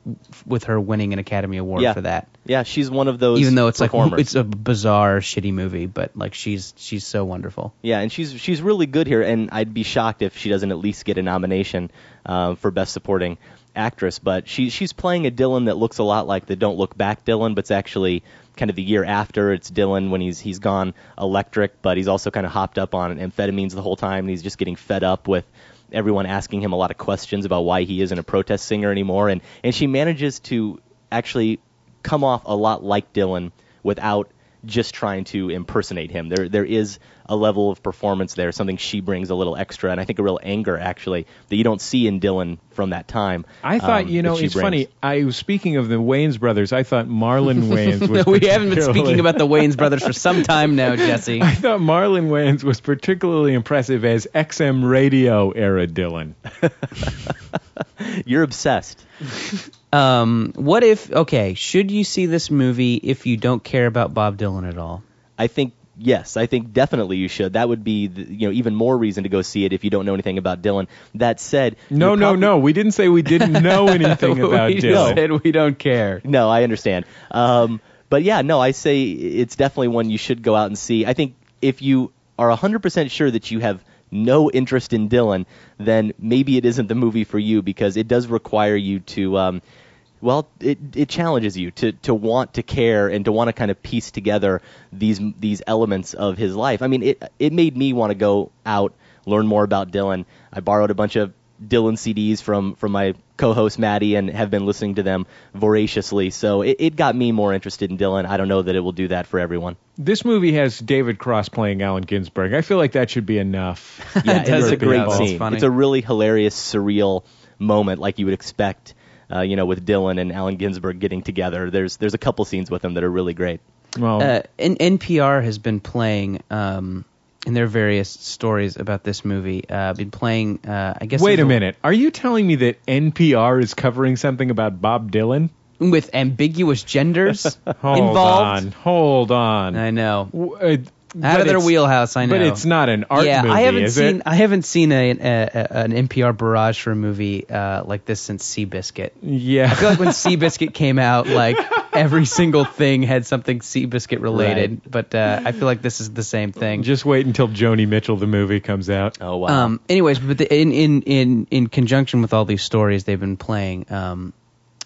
Speaker 2: with her winning an Academy Award
Speaker 3: yeah.
Speaker 2: for that
Speaker 3: Yeah, she's one of those
Speaker 2: even though it's like
Speaker 3: performers.
Speaker 2: it's a bizarre shitty movie but like she's she's so wonderful
Speaker 3: Yeah, and she's she's really good here, and I'd be shocked if she doesn't at least get a nomination uh, for best supporting actress. But she she's playing a Dylan that looks a lot like the Don't Look Back Dylan, but it's actually kind of the year after. It's Dylan when he's he's gone electric, but he's also kind of hopped up on amphetamines the whole time, and he's just getting fed up with everyone asking him a lot of questions about why he isn't a protest singer anymore, and and she manages to actually come off a lot like Dylan without just trying to impersonate him. There there is a level of performance there, something she brings a little extra, and I think a real anger actually that you don't see in Dylan from that time.
Speaker 1: I thought,
Speaker 3: um,
Speaker 1: you know,
Speaker 3: that she
Speaker 1: it's
Speaker 3: brings.
Speaker 1: funny. I was speaking of the Wayans brothers. I thought Marlon Wayans was
Speaker 2: we haven't been
Speaker 1: particularly-
Speaker 2: speaking about the waynes brothers for some time now jesse
Speaker 1: I thought Marlon Wayans was particularly impressive as XM radio era Dylan.
Speaker 3: You're obsessed.
Speaker 2: um what if okay should you see this movie if you don't care about bob dylan at all
Speaker 3: I think yes, I think definitely you should. That would be the, you know even more reason to go see it if you don't know anything about Dylan. That said,
Speaker 1: No,
Speaker 3: you're
Speaker 1: no,
Speaker 3: probably-
Speaker 1: no. We didn't say we didn't know anything about
Speaker 2: we
Speaker 1: Dylan.
Speaker 2: said we don't care
Speaker 3: No, I understand. Um, but yeah, no, I say it's definitely one you should go out and see. I think if you are 100% sure that you have no interest in Dylan, then maybe it isn't the movie for you because it does require you to. Um, well, it, it challenges you to, to want to care and to want to kind of piece together these these elements of his life. I mean, it it made me want to go out, learn more about Dylan. I borrowed a bunch of Dylan CDs from from my co-host Maddie and have been listening to them voraciously. So it, it got me more interested in Dylan. I don't know that it will do that for everyone.
Speaker 1: This movie has David Cross playing Allen Ginsberg. I feel like that should be enough.
Speaker 3: Yeah,
Speaker 2: does
Speaker 3: it's a
Speaker 2: look
Speaker 3: great
Speaker 2: pretty
Speaker 3: scene.
Speaker 2: funny.
Speaker 3: It's a really hilarious, surreal moment, like you would expect. Uh, you know, with Dylan and Allen Ginsberg getting together, there's there's a couple scenes with them that are really great.
Speaker 1: Well,
Speaker 2: uh, N- NPR has been playing, um, in their various stories about this movie, uh, been playing. Uh, I guess
Speaker 1: wait
Speaker 2: it
Speaker 1: a
Speaker 2: was
Speaker 1: minute. Are you telling me that NPR is covering something about Bob Dylan?
Speaker 2: with ambiguous genders
Speaker 1: Hold
Speaker 2: involved.
Speaker 1: on. Hold on.
Speaker 2: I know.
Speaker 1: W- uh,
Speaker 2: out
Speaker 1: But
Speaker 2: of their
Speaker 1: it's-
Speaker 2: wheelhouse. I know,
Speaker 1: But it's not an art
Speaker 2: yeah,
Speaker 1: movie,
Speaker 2: I haven't
Speaker 1: is
Speaker 2: seen
Speaker 1: it?
Speaker 2: I haven't seen a, a, a- an NPR barrage for a movie uh, like this since Seabiscuit.
Speaker 1: Yeah.
Speaker 2: I feel like when Seabiscuit came out, like every single thing had something Seabiscuit related. But uh, I feel like this is the same thing.
Speaker 1: Just wait until Joni Mitchell the movie comes out.
Speaker 3: Oh wow.
Speaker 2: Um, anyways, but the, in, in in in conjunction with all these stories they've been playing, um,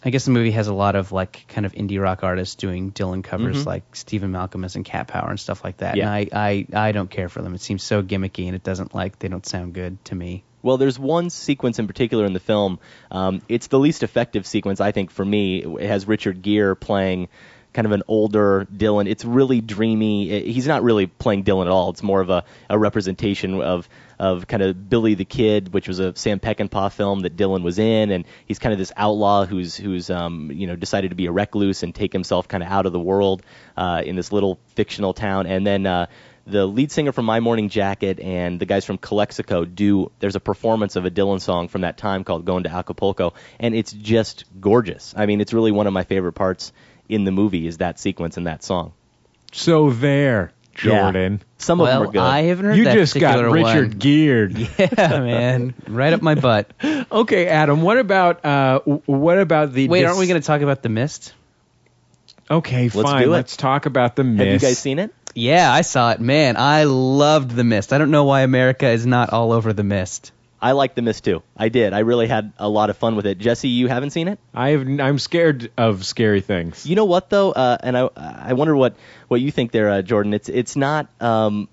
Speaker 2: I guess the movie has a lot of like kind of indie rock artists doing Dylan covers
Speaker 1: Mm-hmm.
Speaker 2: like Stephen Malcolmus and Cat Power and stuff like that.
Speaker 3: Yeah.
Speaker 2: And I, I I don't care for them. It seems so gimmicky and it doesn't like they don't sound good to me.
Speaker 3: Well, there's one sequence in particular in the film. Um, it's the least effective sequence, I think, for me. It has Richard Gere playing kind of an older Dylan. It's really dreamy. It- he's not really playing Dylan at all. It's more of a, a representation of of kind of Billy the Kid, which was a Sam Peckinpah film that Dylan was in, and he's kind of this outlaw who's who's um, you know decided to be a recluse and take himself kind of out of the world uh, in this little fictional town, and then. Uh, the lead singer from My Morning Jacket and the guys from Calexico do there's a performance of a Dylan song from that time called Going to Acapulco and it's just gorgeous. I mean, it's really one of my favorite parts in the movie is that sequence and that song.
Speaker 1: So there,
Speaker 3: Yeah.
Speaker 1: Jordan.
Speaker 3: Some of them are
Speaker 2: Well,
Speaker 3: good.
Speaker 2: I haven't heard
Speaker 1: You
Speaker 2: that
Speaker 1: just got
Speaker 2: particular
Speaker 1: Richard
Speaker 2: one.
Speaker 1: geared.
Speaker 2: yeah, man, right up my butt.
Speaker 1: Okay, Adam. What about uh, w- what about the?
Speaker 2: Wait,
Speaker 1: dis-
Speaker 2: aren't we going to talk about the mist?
Speaker 1: Okay,
Speaker 3: Let's
Speaker 1: fine.
Speaker 3: do it.
Speaker 1: Let's talk about the mist.
Speaker 3: Have you guys seen it?
Speaker 2: Yeah, I saw it. Man, I loved the mist. I don't know why America is not all over the mist.
Speaker 3: I like The Mist too. I did. I really had a lot of fun with it. Jesse, you haven't seen it?
Speaker 1: I have, I'm scared of scary things.
Speaker 3: You know what though, uh, and I I wonder what what you think there, uh, Jordan. It's it's not. Um,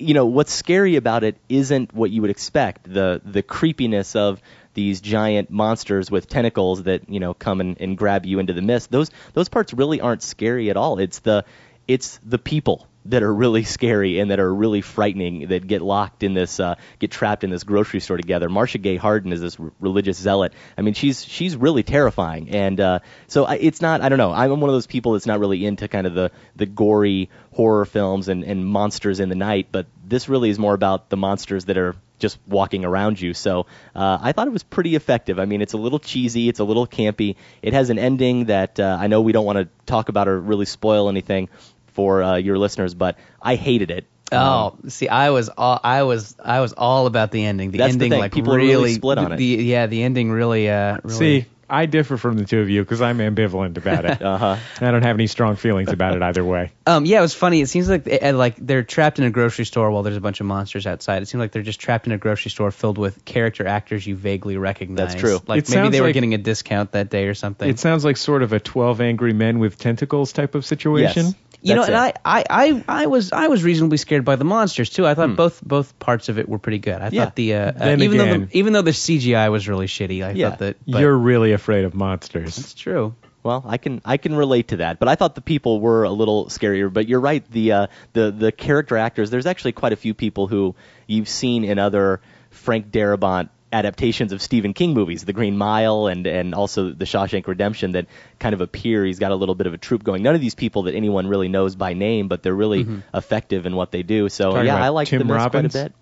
Speaker 3: you know what's scary about it isn't what you would expect the the creepiness of these giant monsters with tentacles that you know come and, and grab you into the mist those those parts really aren't scary at all it's the it's the people that are really scary and that are really frightening that get locked in this uh, get trapped in this grocery store together Marcia Gay Harden is this r- religious zealot I mean she's she's really terrifying and uh, so I, it's not I don't know I'm one of those people that's not really into kind of the the gory horror films and, and monsters in the night, but this really is more about the monsters that are just walking around you. So uh, I thought it was pretty effective. I mean, it's a little cheesy, it's a little campy. It has an ending that uh, I know we don't want to talk about or really spoil anything for uh, your listeners, but I hated it. Um,
Speaker 2: Oh, see, I was all I was I was all about the ending. The
Speaker 3: That's the
Speaker 2: ending,
Speaker 3: thing.
Speaker 2: like
Speaker 3: People are
Speaker 2: really,
Speaker 3: really split on it.
Speaker 2: The, yeah, the ending really. Uh, really
Speaker 1: See, I differ from the two of you because I'm ambivalent about it.
Speaker 3: Uh
Speaker 2: Uh-huh.
Speaker 3: huh.
Speaker 1: I don't have any strong feelings about it either way.
Speaker 2: Um, yeah, it was funny. It seems like they, uh, like they're trapped in a grocery store while there's a bunch of monsters outside. It seems like they're just trapped in a grocery store filled with character actors you vaguely recognize.
Speaker 3: true.
Speaker 2: Like
Speaker 1: It
Speaker 2: maybe
Speaker 1: sounds
Speaker 2: they were
Speaker 1: like-
Speaker 2: getting a discount that day or something.
Speaker 1: It sounds like sort of a 12 Angry Men with Tentacles type of situation.
Speaker 3: Yes.
Speaker 2: Oh. you know,
Speaker 3: That's
Speaker 2: and
Speaker 3: it.
Speaker 2: I, I, I, I was I was reasonably scared by the monsters too. I
Speaker 3: Hmm.
Speaker 2: thought both both parts of it were pretty good. I
Speaker 3: Yeah.
Speaker 2: thought the uh, uh,
Speaker 1: Then
Speaker 2: even though
Speaker 1: again-
Speaker 2: the, even though the CGI was really shitty, I
Speaker 3: Yeah.
Speaker 2: thought that but
Speaker 1: You're really afraid of monsters.
Speaker 2: it's true.
Speaker 3: Well, I can I can relate to that, but I thought the people were a little scarier. But you're right, the uh, the the character actors. There's actually quite a few people who you've seen in other Frank Darabont adaptations of Stephen King movies, The Green Mile and and also The Shawshank Redemption, that kind of appear. He's got a little bit of a troop going. None of these people that anyone really knows by name, but they're really effective in what they do. So
Speaker 1: Mm-hmm. Talking
Speaker 3: yeah,
Speaker 1: about
Speaker 3: I like
Speaker 1: Tim
Speaker 3: the Mist quite a
Speaker 1: Robbins?
Speaker 3: bit.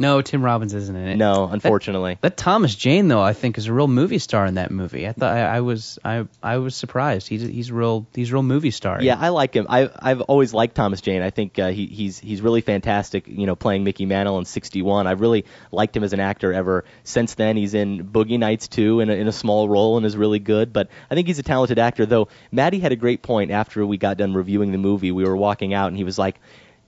Speaker 2: No, Tim Robbins isn't in it.
Speaker 3: No, unfortunately.
Speaker 2: That Thomas Jane though, I think, is a real movie star in that movie. I thought I, I was I I was surprised. He's he's real he's a real movie star.
Speaker 3: Yeah, I like him. I, I've always liked Thomas Jane. I think uh, he, he's he's really fantastic. You know, playing Mickey Mantle in '61. I really liked him as an actor ever since then. He's in Boogie Nights too, in a, in a small role, and is really good. But I think he's a talented actor. Though Maddie had a great point after we got done reviewing the movie. We were walking out, and he was like,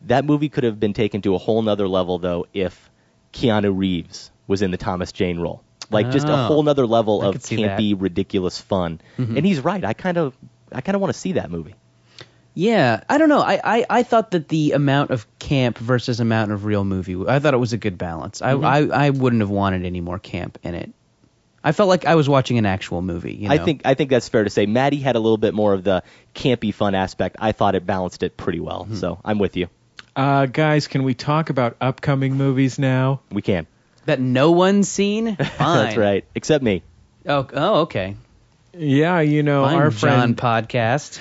Speaker 3: "That movie could have been taken to a whole nother level though if Keanu Reeves was in the Thomas Jane role." Like just a
Speaker 2: Oh.
Speaker 3: whole nother level
Speaker 2: I
Speaker 3: of
Speaker 2: could see that. Mm-hmm.
Speaker 3: campy, ridiculous fun, and he's right. I kind of, I kind of want to see that movie.
Speaker 2: Yeah, I don't know. I, I, I thought that the amount of camp versus amount of real movie, I thought it was a good balance. I,
Speaker 3: Mm-hmm.
Speaker 2: I, I wouldn't have wanted any more camp in it. I felt like I was watching an actual movie. You know?
Speaker 3: I think I think that's fair to say. Maddie had a little bit more of the campy fun aspect. I thought it balanced it pretty well.
Speaker 2: Hmm.
Speaker 3: So I'm with you.
Speaker 1: Uh, guys, can we talk about upcoming movies now?
Speaker 3: We can.
Speaker 2: that no one's seen. Fine.
Speaker 3: That's right. Except me.
Speaker 2: Oh, oh okay.
Speaker 1: Yeah, you know,
Speaker 2: Fine,
Speaker 1: our
Speaker 2: John
Speaker 1: friend.
Speaker 2: podcast.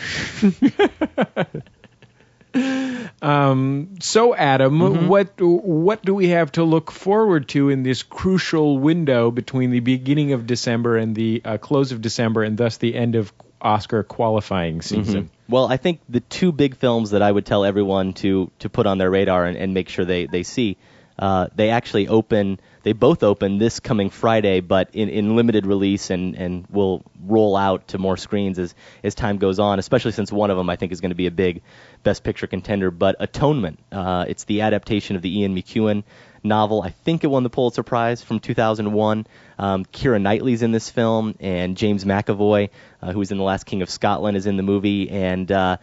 Speaker 1: so, Adam, what what do we have to look forward to in this crucial window between the beginning of December and the uh, close of December, and thus the end of Oscar qualifying
Speaker 2: Hmm.
Speaker 1: season.
Speaker 3: Well, I think the two big films that I would tell everyone to to put on their radar and, and make sure they they see, uh, they actually open. They both open this coming Friday, but in, in limited release and, and will roll out to more screens as, as time goes on, especially since one of them I think is going to be a big Best Picture contender. But Atonement, uh, it's the adaptation of the Ian McEwan novel. I think it won the Pulitzer Prize from 2001. Um, Kira Knightley's in this film, and James McAvoy, uh, who was in The Last King of Scotland, is in the movie. And uh,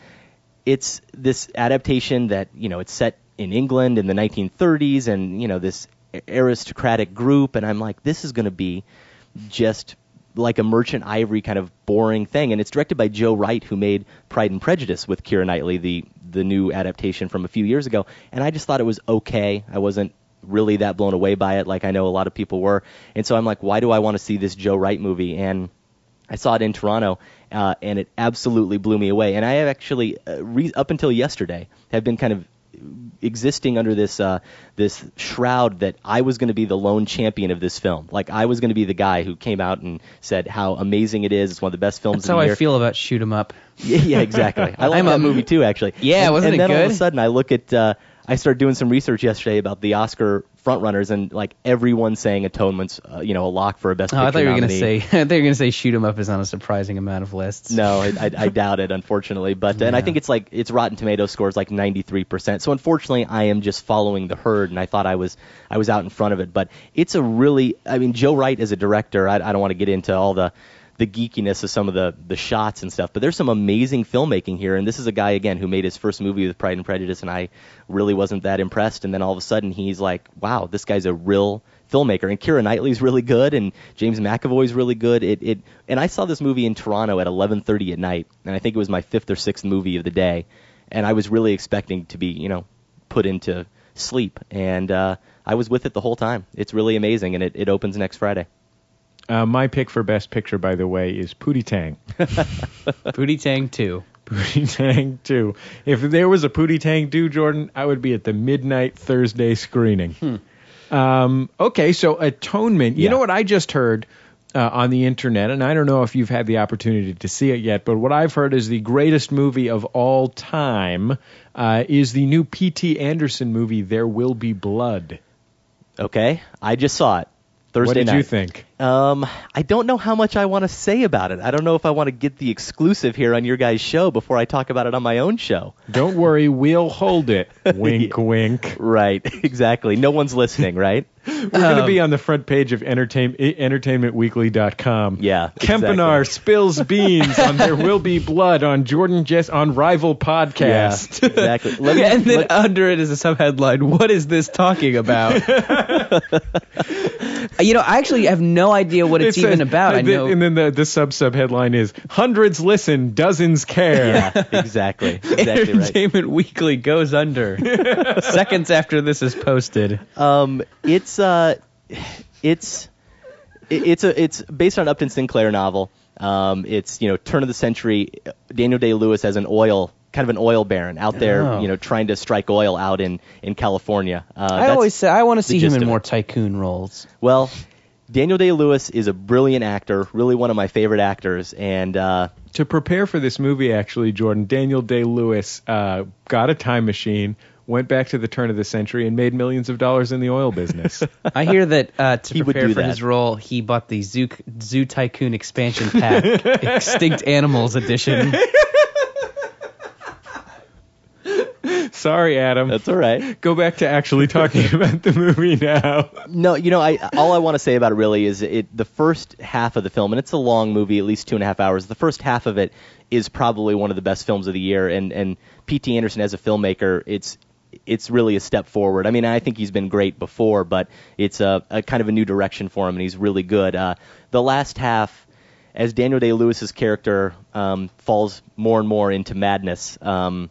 Speaker 3: it's this adaptation that you know it's set in England in the 1930s, and you know this e-, aristocratic group. And I'm like, this is going to be just like a merchant ivory kind of boring thing. And it's directed by Joe Wright, who made Pride and Prejudice with Kira Knightley, the the new adaptation from a few years ago. And I just thought it was okay. I wasn't really that blown away by it, like I know a lot of people were. And so I'm like, why do I want to see this Joe Wright movie? And I saw it in Toronto, uh, and it absolutely blew me away. And I have actually, uh, re- up until yesterday, have been kind of existing under this uh, this shroud that I was going to be the lone champion of this film. Like I was going to be the guy who came out and said how amazing it is. It's one of the best films
Speaker 2: That's
Speaker 3: of
Speaker 2: how
Speaker 3: the
Speaker 2: I
Speaker 3: year.
Speaker 2: feel about shoot 'em up.
Speaker 3: Yeah, yeah, exactly. I like
Speaker 2: I'm
Speaker 3: that
Speaker 2: a-
Speaker 3: movie too, actually.
Speaker 2: Yeah,
Speaker 3: and,
Speaker 2: wasn't
Speaker 3: and
Speaker 2: it
Speaker 3: then all of a
Speaker 2: good?
Speaker 3: sudden, I look at, uh, I started doing some research yesterday about the Oscar frontrunners, and like everyone's saying Atonement's, uh, you know, a lock for a Best
Speaker 2: Oh,
Speaker 3: Picture
Speaker 2: I thought you were gonna
Speaker 3: nominee.
Speaker 2: say I thought you were gonna say shoot 'em up is on a surprising amount of lists.
Speaker 3: No, I, I, I doubt it, unfortunately. But and I think it's like its Rotten Tomato score is like 93%. So unfortunately, I am just following the herd, and I thought I was I was out in front of it. But it's a really, I mean, Joe Wright as a director, I, I don't want to get into all the the geekiness of some of the the shots and stuff, but there's some amazing filmmaking here. And this is a guy again who made his first movie with Pride and Prejudice, and I really wasn't that impressed. And then all of a sudden, he's like, wow, this guy's a real filmmaker. And Kira Knightley's really good, and James McAvoy's really good. It, it and I saw this movie in Toronto at 11:30 at night, and I think it was my fifth or sixth movie of the day, and I was really expecting to be, you know, put into sleep, and uh, I was with it the whole time. It's really amazing, and it, it opens next Friday.
Speaker 1: Uh, my pick for Best Picture, by the way, is Pootie Tang.
Speaker 2: Booty Tang two.
Speaker 1: Pootie Tang 2. If there was a Pootie Tang 2, Jordan, I would be at the midnight Thursday screening. Um, okay, so Atonement. You
Speaker 3: Hmm. Yeah.
Speaker 1: know what I just heard uh, on the internet, and I don't know if you've had the opportunity to see it yet, but what I've heard is the greatest movie of all time uh, is the new P.T. Anderson movie, There Will Be Blood.
Speaker 3: Okay, I just saw it Thursday
Speaker 1: what did
Speaker 3: night.
Speaker 1: you think?
Speaker 3: Um, I don't know how much I want to say about it. I don't know if I want to get the exclusive here on your guys' show before I talk about it on my own show.
Speaker 1: Don't worry, we'll hold it. Wink, wink.
Speaker 3: Right, exactly. No one's listening, right?
Speaker 1: We're going
Speaker 2: Um,
Speaker 1: to be on the front page of eh, entertain, entertainmentweekly.com.
Speaker 3: Yeah,
Speaker 1: Kempinar spills beans on There Will Be Blood on Jordan Jess on Rival Podcast.
Speaker 3: Yeah, exactly. Let me,
Speaker 2: and then
Speaker 3: let-
Speaker 2: under it is a subheadline. What is this talking about? you know, I actually have no idea what it's
Speaker 1: It
Speaker 2: even
Speaker 1: says-
Speaker 2: about. I
Speaker 1: and then-
Speaker 2: know.
Speaker 1: And then the, the sub sub headline is Hundreds Listen, Dozens Care.
Speaker 2: uh,
Speaker 3: yeah, exactly. Exactly right.
Speaker 2: Entertainment Weekly goes under seconds after this is posted.
Speaker 3: Um, it's uh, it's it- it's a it's based on Upton Sinclair novel. Um, it's you know turn of the century Daniel Day Lewis as an oil kind of an oil baron out there
Speaker 2: Oh.
Speaker 3: you know trying to strike oil out in in California. Uh,
Speaker 2: I
Speaker 3: that's-
Speaker 2: always say I want to see him
Speaker 3: gist
Speaker 2: in
Speaker 3: of
Speaker 2: more
Speaker 3: it.
Speaker 2: tycoon roles.
Speaker 3: Well, Daniel Day Lewis is a brilliant actor, really one of my favorite actors, and uh,
Speaker 1: To prepare for this movie, actually, Jordan, Daniel Day Lewis uh, got a time machine, went back to the turn of the century, and made millions of dollars in the oil business.
Speaker 2: I hear that uh, to
Speaker 3: He would
Speaker 2: prepare
Speaker 3: do
Speaker 2: for
Speaker 3: that.
Speaker 2: his role, he bought the Zoo, Zoo Tycoon expansion pack, Extinct Animals edition.
Speaker 1: Sorry, Adam.
Speaker 3: that's all right.
Speaker 1: Go back to actually talking about the movie now.
Speaker 3: No, you know, I all I want to say about it really is it the first half of the film, and it's a long movie, at least two and a half hours. The first half of it is probably one of the best films of the year, and and P.T. Anderson as a filmmaker, it's it's really a step forward. I mean, I think he's been great before, but it's a, a kind of a new direction for him, and he's really good. Uh, the last half as Daniel Day Lewis's character um, falls more and more into madness, um,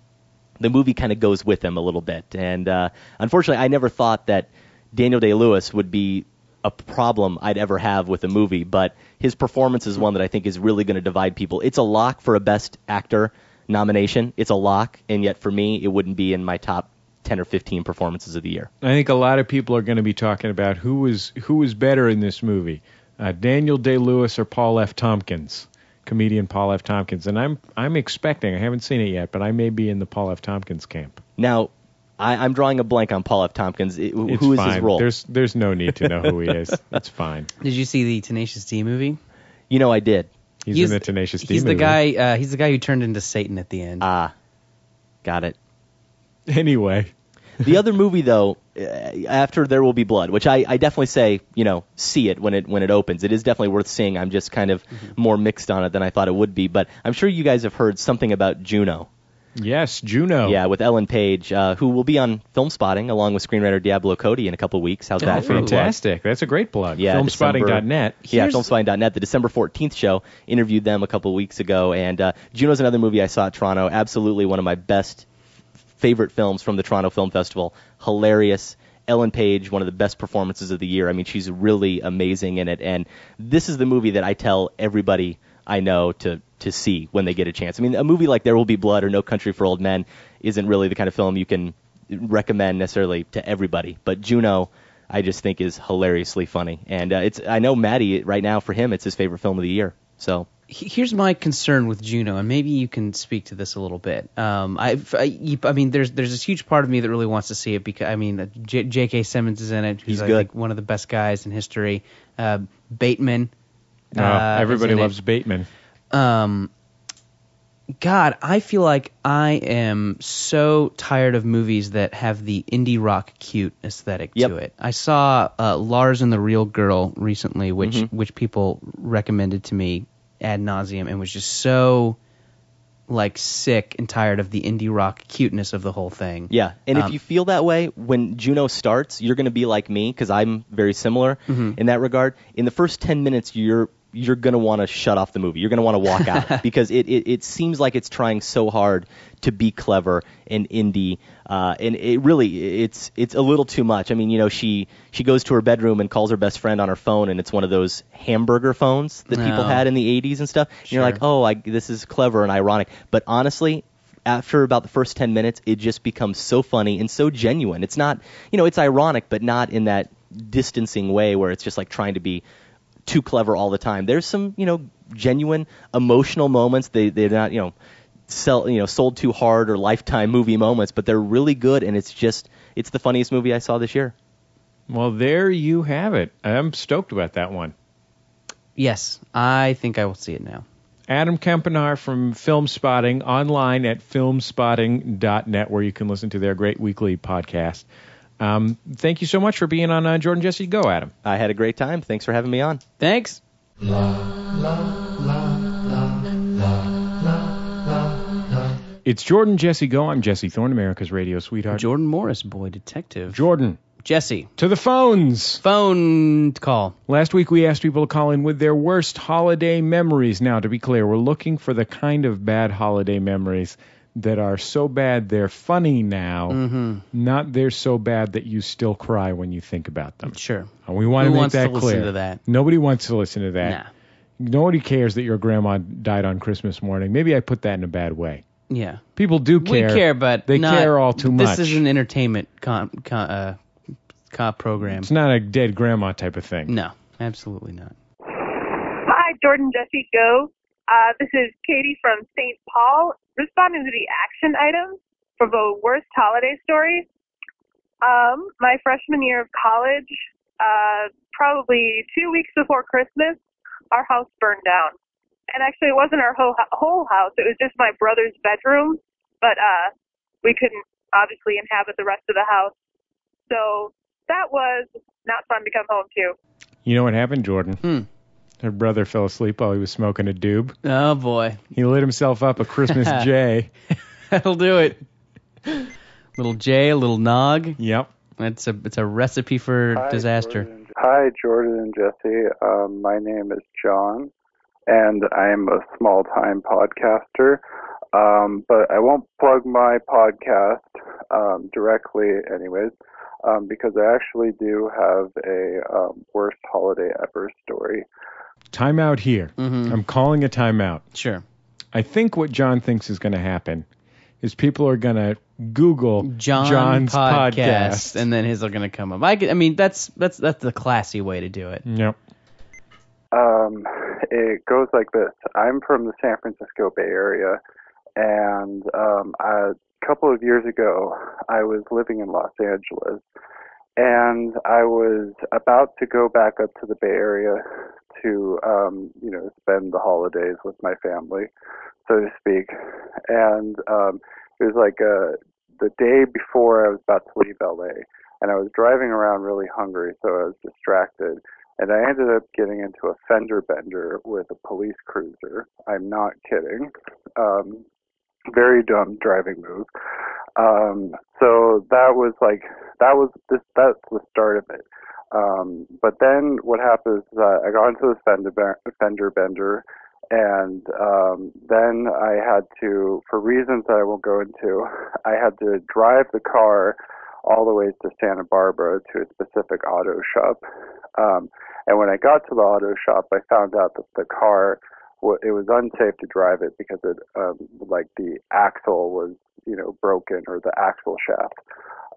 Speaker 3: the movie kind of goes with him a little bit. And uh, unfortunately, I never thought that Daniel Day Lewis would be a problem I'd ever have with a movie, but his performance is one that I think is really going to divide people. It's a lock for a Best Actor nomination. It's a lock, and yet for me, it wouldn't be in my top 10 or 15 performances of the year.
Speaker 1: I think a lot of people are going to be talking about who was who was better in this movie, uh, Daniel Day Lewis or Paul F. Tompkins. comedian Paul F. Tompkins, and I'm I'm expecting I haven't seen it yet, but I may be in the Paul F. Tompkins camp.
Speaker 3: Now, I, I'm drawing a blank on Paul F. Tompkins. It- who-
Speaker 1: It's
Speaker 3: who is
Speaker 1: fine.
Speaker 3: his role?
Speaker 1: There's there's no need to know who he is. It's fine.
Speaker 2: Did you see the Tenacious D movie?
Speaker 3: you know, I did.
Speaker 1: He's, in the Tenacious D
Speaker 2: He's
Speaker 1: movie.
Speaker 2: the guy. Uh, he's the guy who turned into Satan at the end.
Speaker 3: Ah, got it.
Speaker 1: Anyway,
Speaker 3: the other movie though uh, after there will be blood which I, I definitely say you know see it when it when it opens it is definitely worth seeing i'm just kind of
Speaker 2: Mm-hmm.
Speaker 3: more mixed on it than i thought it would be but i'm sure you guys have heard something about juno
Speaker 1: yes,
Speaker 2: Oh.
Speaker 1: Juno.
Speaker 3: yeah with ellen page uh, who will be on film spotting along with screenwriter diablo cody in a couple weeks how's that
Speaker 2: Oh,
Speaker 3: for a plug?
Speaker 1: fantastic. That's a great plug.
Speaker 3: Yeah,
Speaker 1: Filmspotting.net.
Speaker 3: Yeah,
Speaker 2: Here's-
Speaker 3: filmspotting.net. The December 14th show interviewed them a couple weeks ago, and uh, Juno's another movie I saw at Toronto. Absolutely one of my best favorite films from the Toronto Film Festival. Hilarious. Ellen Page, one of the best performances of the year. I mean, she's really amazing in it, and this is the movie that I tell everybody I know to to see when they get a chance. I mean, a movie like There Will Be Blood or No Country for Old Men isn't really the kind of film you can recommend necessarily to everybody, but Juno. I just think is hilariously funny, and uh, it's I know Maddie right now for him it's his favorite film of the year. So
Speaker 2: He- Here's my concern with Juno, and maybe you can speak to this a little bit. Um, I, I, you- I mean, there's there's this huge part of me that really wants to see it because I mean, uh, J- J.K. Simmons is in it. Who's
Speaker 3: He's
Speaker 2: I
Speaker 3: good.
Speaker 2: think one of the best guys in history. Uh, Bateman.
Speaker 1: Oh,
Speaker 2: uh, is
Speaker 1: everybody
Speaker 2: in it.
Speaker 1: loves Bateman.
Speaker 2: um god i feel like i am so tired of movies that have the indie rock cute aesthetic
Speaker 3: Yep.
Speaker 2: to it i saw uh, lars and the real girl recently which
Speaker 3: Mm-hmm.
Speaker 2: which people recommended to me ad nauseum and was just so like sick and tired of the indie rock cuteness of the whole thing
Speaker 3: Yeah, and
Speaker 2: Um,
Speaker 3: if you feel that way when Juno starts, you're going to be like me because I'm very similar in that regard. In the first ten minutes, you're you're going to want to shut off the movie. You're going to want to walk out because it, it it seems like it's trying so hard to be clever and indie, uh, and it really it's it's a little too much. I mean, you know, she she goes to her bedroom and calls her best friend on her phone, and it's one of those hamburger phones that people
Speaker 2: No.
Speaker 3: had in the 80s and stuff. And you're
Speaker 2: Sure.
Speaker 3: like, oh, I, this is clever and ironic. But honestly, after about the first 10 minutes, it just becomes so funny and so genuine. It's not, you know, it's ironic, but not in that distancing way where it's just like trying to be too clever all the time. There's some, you know, genuine emotional moments. They, they're not, you know, sell, you know, sold too hard or lifetime movie moments, but they're really good. And it's just, it's the funniest movie I saw this year.
Speaker 1: Well, there you have it. I'm stoked about that one.
Speaker 2: yes i think i will see it now
Speaker 1: Adam Kempinar from Film Spotting online at filmspotting.net, where you can listen to their great weekly podcast. Um, thank you so much for being on uh, Jordan Jesse Go, Adam.
Speaker 3: I had a great time. Thanks for having me on.
Speaker 2: thanks
Speaker 1: It's Jordan Jesse Go. I'm Jesse Thorne, America's radio sweetheart.
Speaker 2: jordan morris boy detective
Speaker 1: Jordan,
Speaker 2: jesse
Speaker 1: to the phones.
Speaker 2: phone call
Speaker 1: Last week we asked people to call in with their worst holiday memories. Now, to be clear, we're looking for the kind of bad holiday memories that are so bad they're funny now, not they're so bad that you still cry when you think about them.
Speaker 2: sure
Speaker 1: And we want
Speaker 2: Who
Speaker 1: to make
Speaker 2: wants
Speaker 1: that
Speaker 2: to listen
Speaker 1: clear.
Speaker 2: to that?
Speaker 1: Nobody wants to listen to that.
Speaker 2: nah
Speaker 1: Nobody cares that your grandma died on Christmas morning. Maybe I put that in a bad way.
Speaker 2: yeah
Speaker 1: People do care.
Speaker 2: We care, but
Speaker 1: they
Speaker 2: not-
Speaker 1: care all too much.
Speaker 2: This is an entertainment con, con, uh, co- program.
Speaker 1: it's not a dead grandma type of thing.
Speaker 2: No, absolutely not.
Speaker 4: Hi, Jordan Jesse Go. Uh, this is Katie from St. Paul, responding to the action item for the worst holiday story. Um, my freshman year of college, uh, probably two weeks before Christmas, our house burned down. And actually, it wasn't our whole, whole house, it was just my brother's bedroom, but uh, we couldn't obviously inhabit the rest of the house. So that was not fun to come home to.
Speaker 1: You know what happened, Jordan?
Speaker 2: Hmm.
Speaker 1: Her brother fell asleep while he was smoking a doob.
Speaker 2: Oh boy,
Speaker 1: He lit himself up a Christmas J.
Speaker 2: that'll do it. little J, little Nog.
Speaker 1: Yep.
Speaker 2: That's a it's a recipe for disaster.
Speaker 5: Jordan. Hi, Jordan and Jesse. Um, my name is John, and I'm a small time podcaster. Um, but I won't plug my podcast um, directly, anyways, um, because I actually do have a um, worst holiday ever story.
Speaker 1: Timeout here.
Speaker 2: Mm-hmm.
Speaker 1: I'm calling a timeout.
Speaker 2: Sure.
Speaker 1: I think what John thinks is going to happen is people are going to Google
Speaker 2: John
Speaker 1: John's
Speaker 2: podcast,
Speaker 1: podcast.
Speaker 2: and then his are gonna come up. I, could- I mean that's that's that's the classy way to do it.
Speaker 1: yep.
Speaker 5: Um, it goes like this. I'm from the San Francisco Bay Area, and um, a couple of years ago, I was living in Los Angeles, and I was about to go back up to the Bay Area to, um, you know, spend the holidays with my family, so to speak, and um, it was like uh the day before I was about to leave LA, and I was driving around really hungry, so I was distracted and I ended up getting into a fender bender with a police cruiser. I'm not kidding. Um, very dumb driving move. Um, so that was like that was this that's the start of it. Um, but then what happened is that I got into the fender ben- fender bender, and um, then I had to, for reasons that I won't go into, I had to drive the car all the way to Santa Barbara to a specific auto shop. Um, and when I got to the auto shop, I found out that the car wa- it was unsafe to drive it because it um, like the axle was you know broken or the axle shaft.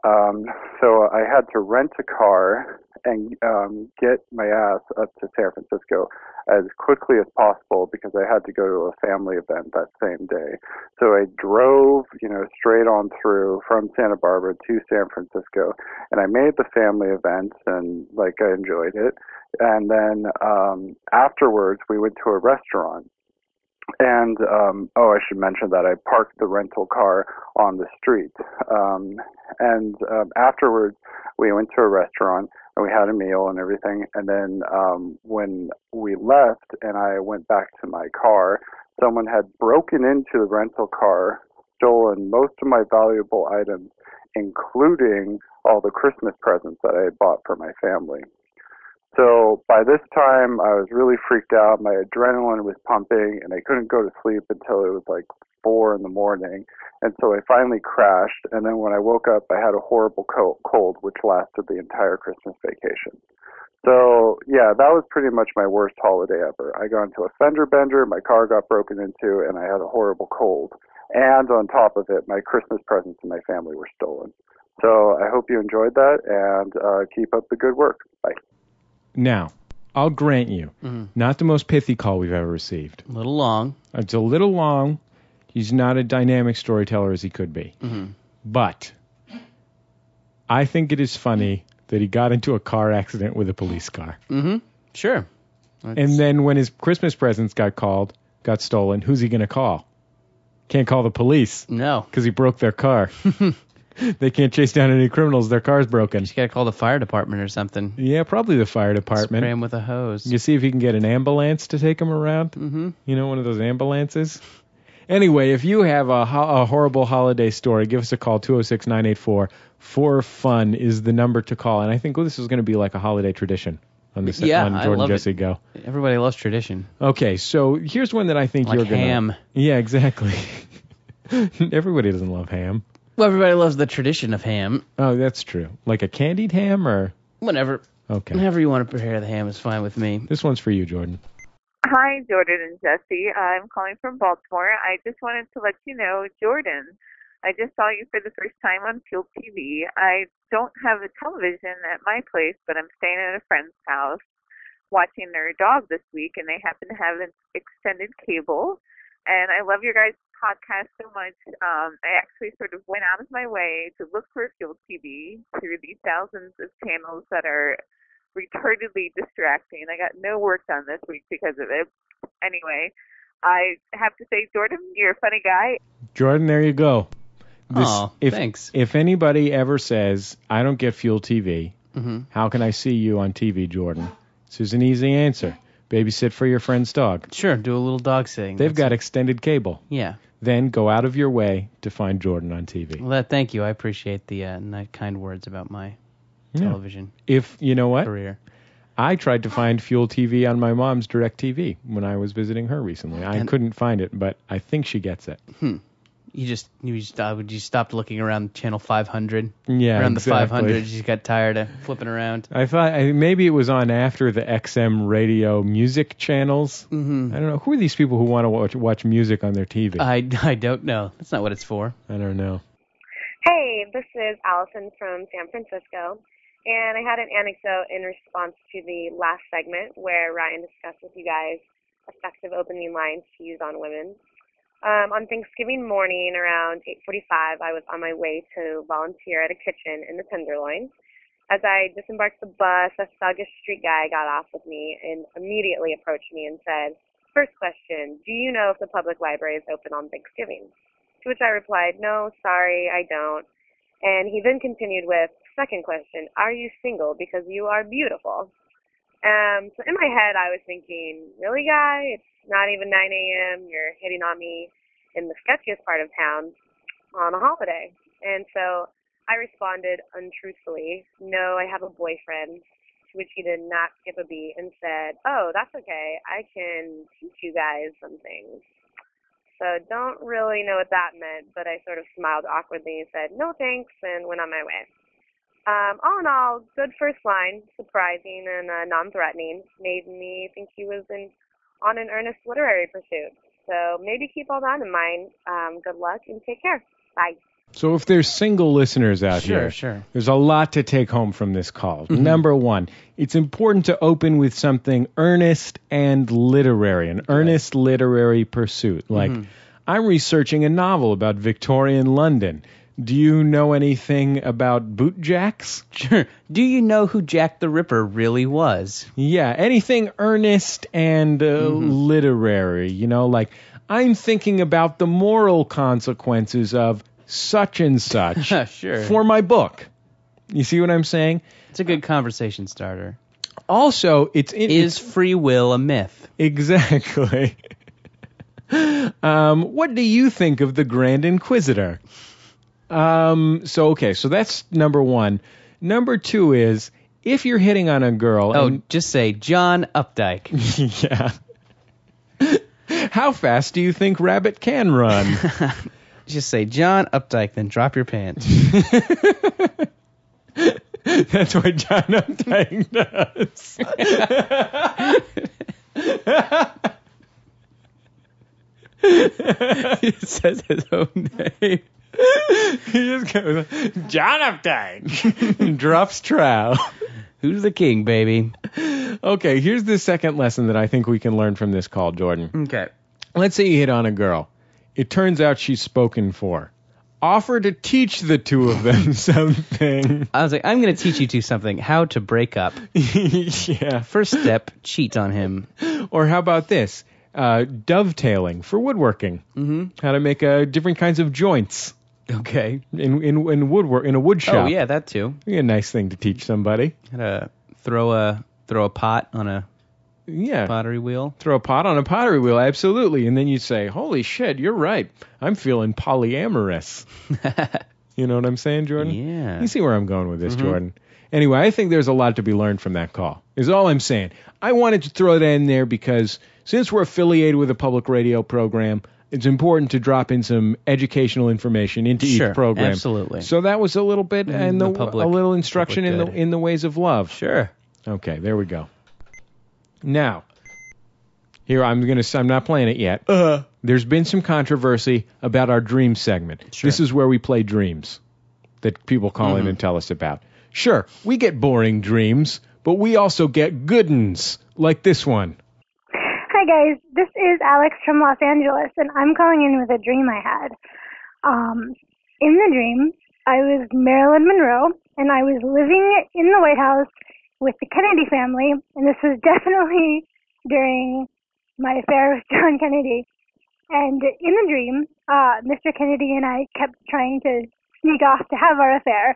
Speaker 5: Um, so I had to rent a car and um, get my ass up to San Francisco as quickly as possible because I had to go to a family event that same day. So I drove, you know, straight on through from Santa Barbara to San Francisco, and I made the family event, and like I enjoyed it. And then um, afterwards, we went to a restaurant. And um, oh, I should mention that I parked the rental car on the street. Um, and um, afterwards, we went to a restaurant and we had a meal and everything. And then um, when we left and I went back to my car, someone had broken into the rental car, stolen most of my valuable items, including all the Christmas presents that I had bought for my family. So by this time, I was really freaked out. My adrenaline was pumping, and I couldn't go to sleep until it was like four in the morning. And so I finally crashed. And then when I woke up, I had a horrible co- cold, which lasted the entire Christmas vacation. So yeah, that was pretty much my worst holiday ever. I got into a fender bender, my car got broken into, and I had a horrible cold. And on top of it, my Christmas presents and my family were stolen. So I hope you enjoyed that, and uh, keep up the good work. Bye.
Speaker 1: Now, I'll grant you, not the most pithy call we've ever received.
Speaker 2: A little long.
Speaker 1: It's a little long. He's not a dynamic storyteller as he could be. But I think it is funny that he got into a car accident with a police car.
Speaker 2: Sure.
Speaker 1: And then when his Christmas presents got called, got stolen, who's he going to call? Can't call the police
Speaker 2: No.
Speaker 1: because he broke their car. they can't chase down any criminals. Their car's broken.
Speaker 2: You gotta call the fire department or something.
Speaker 1: Yeah, probably the fire
Speaker 2: Spray
Speaker 1: department.
Speaker 2: him with a hose.
Speaker 1: You see if you can get an ambulance to take him around. Mm-hmm. You know, one of those ambulances. Anyway, if you have a, ho- a horrible holiday story, give us a call 206 984 4 fun is the number to call. And I think this is going to be like a holiday tradition on this
Speaker 2: Yeah,
Speaker 1: on
Speaker 2: I
Speaker 1: Jordan
Speaker 2: love
Speaker 1: Jesse
Speaker 2: it.
Speaker 1: Go.
Speaker 2: Everybody loves tradition.
Speaker 1: Okay, so here's one that I think
Speaker 2: Like
Speaker 1: you're going
Speaker 2: ham.
Speaker 1: Yeah, exactly. Everybody doesn't love ham.
Speaker 2: Well, everybody loves the tradition of ham.
Speaker 1: Oh, that's true. Like a candied ham or
Speaker 2: Whenever,
Speaker 1: okay.
Speaker 2: whenever you want to prepare the ham is fine with me.
Speaker 1: This one's for you, Jordan.
Speaker 4: Hi, Jordan and Jesse. I'm calling from Baltimore. I just wanted to let you know, Jordan, I just saw you for the first time on Fuel TV. I don't have a television at my place, but I'm staying at a friend's house watching their dog this week, and they happen to have an extended cable. And I love your guys' podcast so much. Um, I actually sort of went out of my way to look for Fuel TV through the thousands of channels that are retardedly distracting. I got no work done this week because of it. Anyway, I have to say, Jordan, you're a funny guy,
Speaker 1: Jordan, there you go. This-
Speaker 2: Aw,
Speaker 1: if,
Speaker 2: thanks.
Speaker 1: If anybody ever says, I don't get Fuel TV,
Speaker 2: Mhm.
Speaker 1: how can I see you on TV, Jordan? This is an easy answer. Babysit for your friend's dog.
Speaker 2: Sure, do a little dog sitting.
Speaker 1: They've
Speaker 2: That's-
Speaker 1: got extended cable.
Speaker 2: Yeah.
Speaker 1: Then go out of your way to find Jordan on TV.
Speaker 2: Well, that, thank you. I appreciate the uh, ni- kind words about my television
Speaker 1: If, you know what?
Speaker 2: career.
Speaker 1: I tried to find Fuel TV on my mom's Direct TV when I was visiting her recently. I
Speaker 2: And-
Speaker 1: couldn't find it, but I think she gets it.
Speaker 2: You just you just uh, would you stopped looking around channel 500
Speaker 1: Yeah,
Speaker 2: around
Speaker 1: exactly.
Speaker 2: the 500 you just got tired of flipping around.
Speaker 1: I thought I, maybe it was on after the XM radio music channels. Mm-hmm. I don't know who are these people who want to watch, watch music on their TV.
Speaker 2: I, I don't know. That's not what it's for.
Speaker 1: I don't know.
Speaker 6: Hey, this is Allison from San Francisco, and I had an anecdote in response to the last segment where Ryan discussed with you guys effective opening lines to use on women. Um, on Thanksgiving morning around 8:45, I was on my way to volunteer at a kitchen in the Tenderloin. As I disembarked the bus, a thuggish street guy got off with me and immediately approached me and said, First question, do you know if the public library is open on Thanksgiving? To which I replied, No, sorry, I don't. And he then continued with, Second question, are you single because you are beautiful? Um, so in my head, I was thinking, Really, guy? It's not even 9 a.m. You're hitting on me in the sketchiest part of town on a holiday. And so I responded untruthfully, No, I have a boyfriend, to which he did not skip a beat and said, Oh, that's okay. I can teach you guys some things. So don't really know what that meant, but I sort of smiled awkwardly and said, No thanks, and went on my way. Um, all in all, good first line, surprising and uh, non threatening, made me think he was in, on an earnest literary pursuit. So maybe keep all that in mind. Um, good luck and take care. Bye.
Speaker 1: So if there's single listeners out
Speaker 2: Sure,
Speaker 1: here,
Speaker 2: sure. Mm-hmm.
Speaker 1: there's a lot to take home from this call. Number one, it's important to open with something earnest and literary, an earnest literary pursuit.
Speaker 2: Mm-hmm.
Speaker 1: Like, I'm researching a novel about Victorian London. Do you know anything about boot jacks?
Speaker 2: Sure. Do you know who Jack the Ripper really was?
Speaker 1: Yeah, anything earnest and uh,
Speaker 2: Mm-hmm.
Speaker 1: literary, you know, like I'm thinking about the moral consequences of such and such
Speaker 2: Sure.
Speaker 1: for my book. You see what I'm saying?
Speaker 2: It's a good conversation starter.
Speaker 1: Also, it's it,
Speaker 2: Is free will a myth?
Speaker 1: exactly. um, what do you think of the Grand Inquisitor? Um, so okay, so that's number one. Number two is if you're hitting on a girl.
Speaker 2: Oh,
Speaker 1: and-
Speaker 2: just say John Updike.
Speaker 1: yeah. How fast do you think Rabbit can run?
Speaker 2: just say John Updike, then drop your pants.
Speaker 1: That's what John Updike does.
Speaker 2: it says his own name.
Speaker 1: he just goes, John Updike, and drops trowel.
Speaker 2: Who's the king, baby?
Speaker 1: Okay, here's the second lesson that I think we can learn from this call, Jordan.
Speaker 2: Okay.
Speaker 1: Let's say you hit on a girl. It turns out she's spoken for. Offer to teach the two of them something.
Speaker 2: I was like, I'm going to teach you two something. How to break up.
Speaker 1: yeah.
Speaker 2: First step, cheat on him.
Speaker 1: Or how about this? Uh, dovetailing for woodworking. Mm-hmm. How to make uh, different kinds of joints
Speaker 2: Okay.
Speaker 1: in in in woodwork in a wood shop.
Speaker 2: Oh, yeah, that too.
Speaker 1: Be a nice thing to teach somebody.
Speaker 2: How to throw a throw a pot on a
Speaker 1: Yeah.
Speaker 2: pottery wheel.
Speaker 1: Throw a pot on a pottery wheel, absolutely. And then you say, "Holy shit, you're right. I'm feeling polyamorous." you know what I'm saying, Jordan?
Speaker 2: Yeah. Mm-hmm.
Speaker 1: You see where I'm going with this, Jordan. Anyway, I think there's a lot to be learned from that call, is all I'm saying. I wanted to throw that in there because since we're affiliated with a public radio program, it's important to drop in some educational information into
Speaker 2: Sure,
Speaker 1: each program.
Speaker 2: absolutely. Mm-hmm.
Speaker 1: So that was a little bit and the,
Speaker 2: the public-
Speaker 1: a little instruction in
Speaker 2: public
Speaker 1: the
Speaker 2: good.
Speaker 1: in the ways of love.
Speaker 2: Sure.
Speaker 1: Okay, there we go. Now, here I'm gonna. I'm not playing it yet.
Speaker 2: Uh-huh.
Speaker 1: Uh. There's been some controversy about our dream segment. This is where we play dreams that people call
Speaker 2: Mm-hmm.
Speaker 1: in and tell us about. Sure, we get boring dreams, but we also get good ones like this one.
Speaker 7: Hi guys, this is Alex from Los Angeles, and I'm calling in with a dream I had. Um, in the dream, I was Marilyn Monroe, and I was living in the White House with the Kennedy family, and this was definitely during my affair with John Kennedy. And in the dream, uh, Mr. Kennedy and I kept trying to sneak off to have our affair,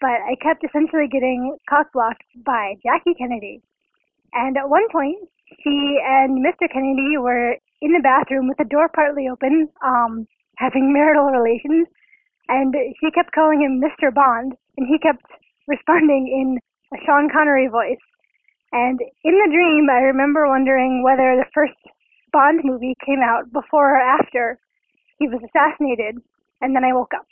Speaker 7: but I kept essentially getting cockblocked by Jackie Kennedy. And at one point, she and Mr. Kennedy were in the bathroom with the door partly open, um, having marital relations. And she kept calling him Mr. Bond, and he kept responding in a Sean Connery voice. And in the dream, I remember wondering whether the first Bond movie came out before or after he was assassinated. And then I woke up.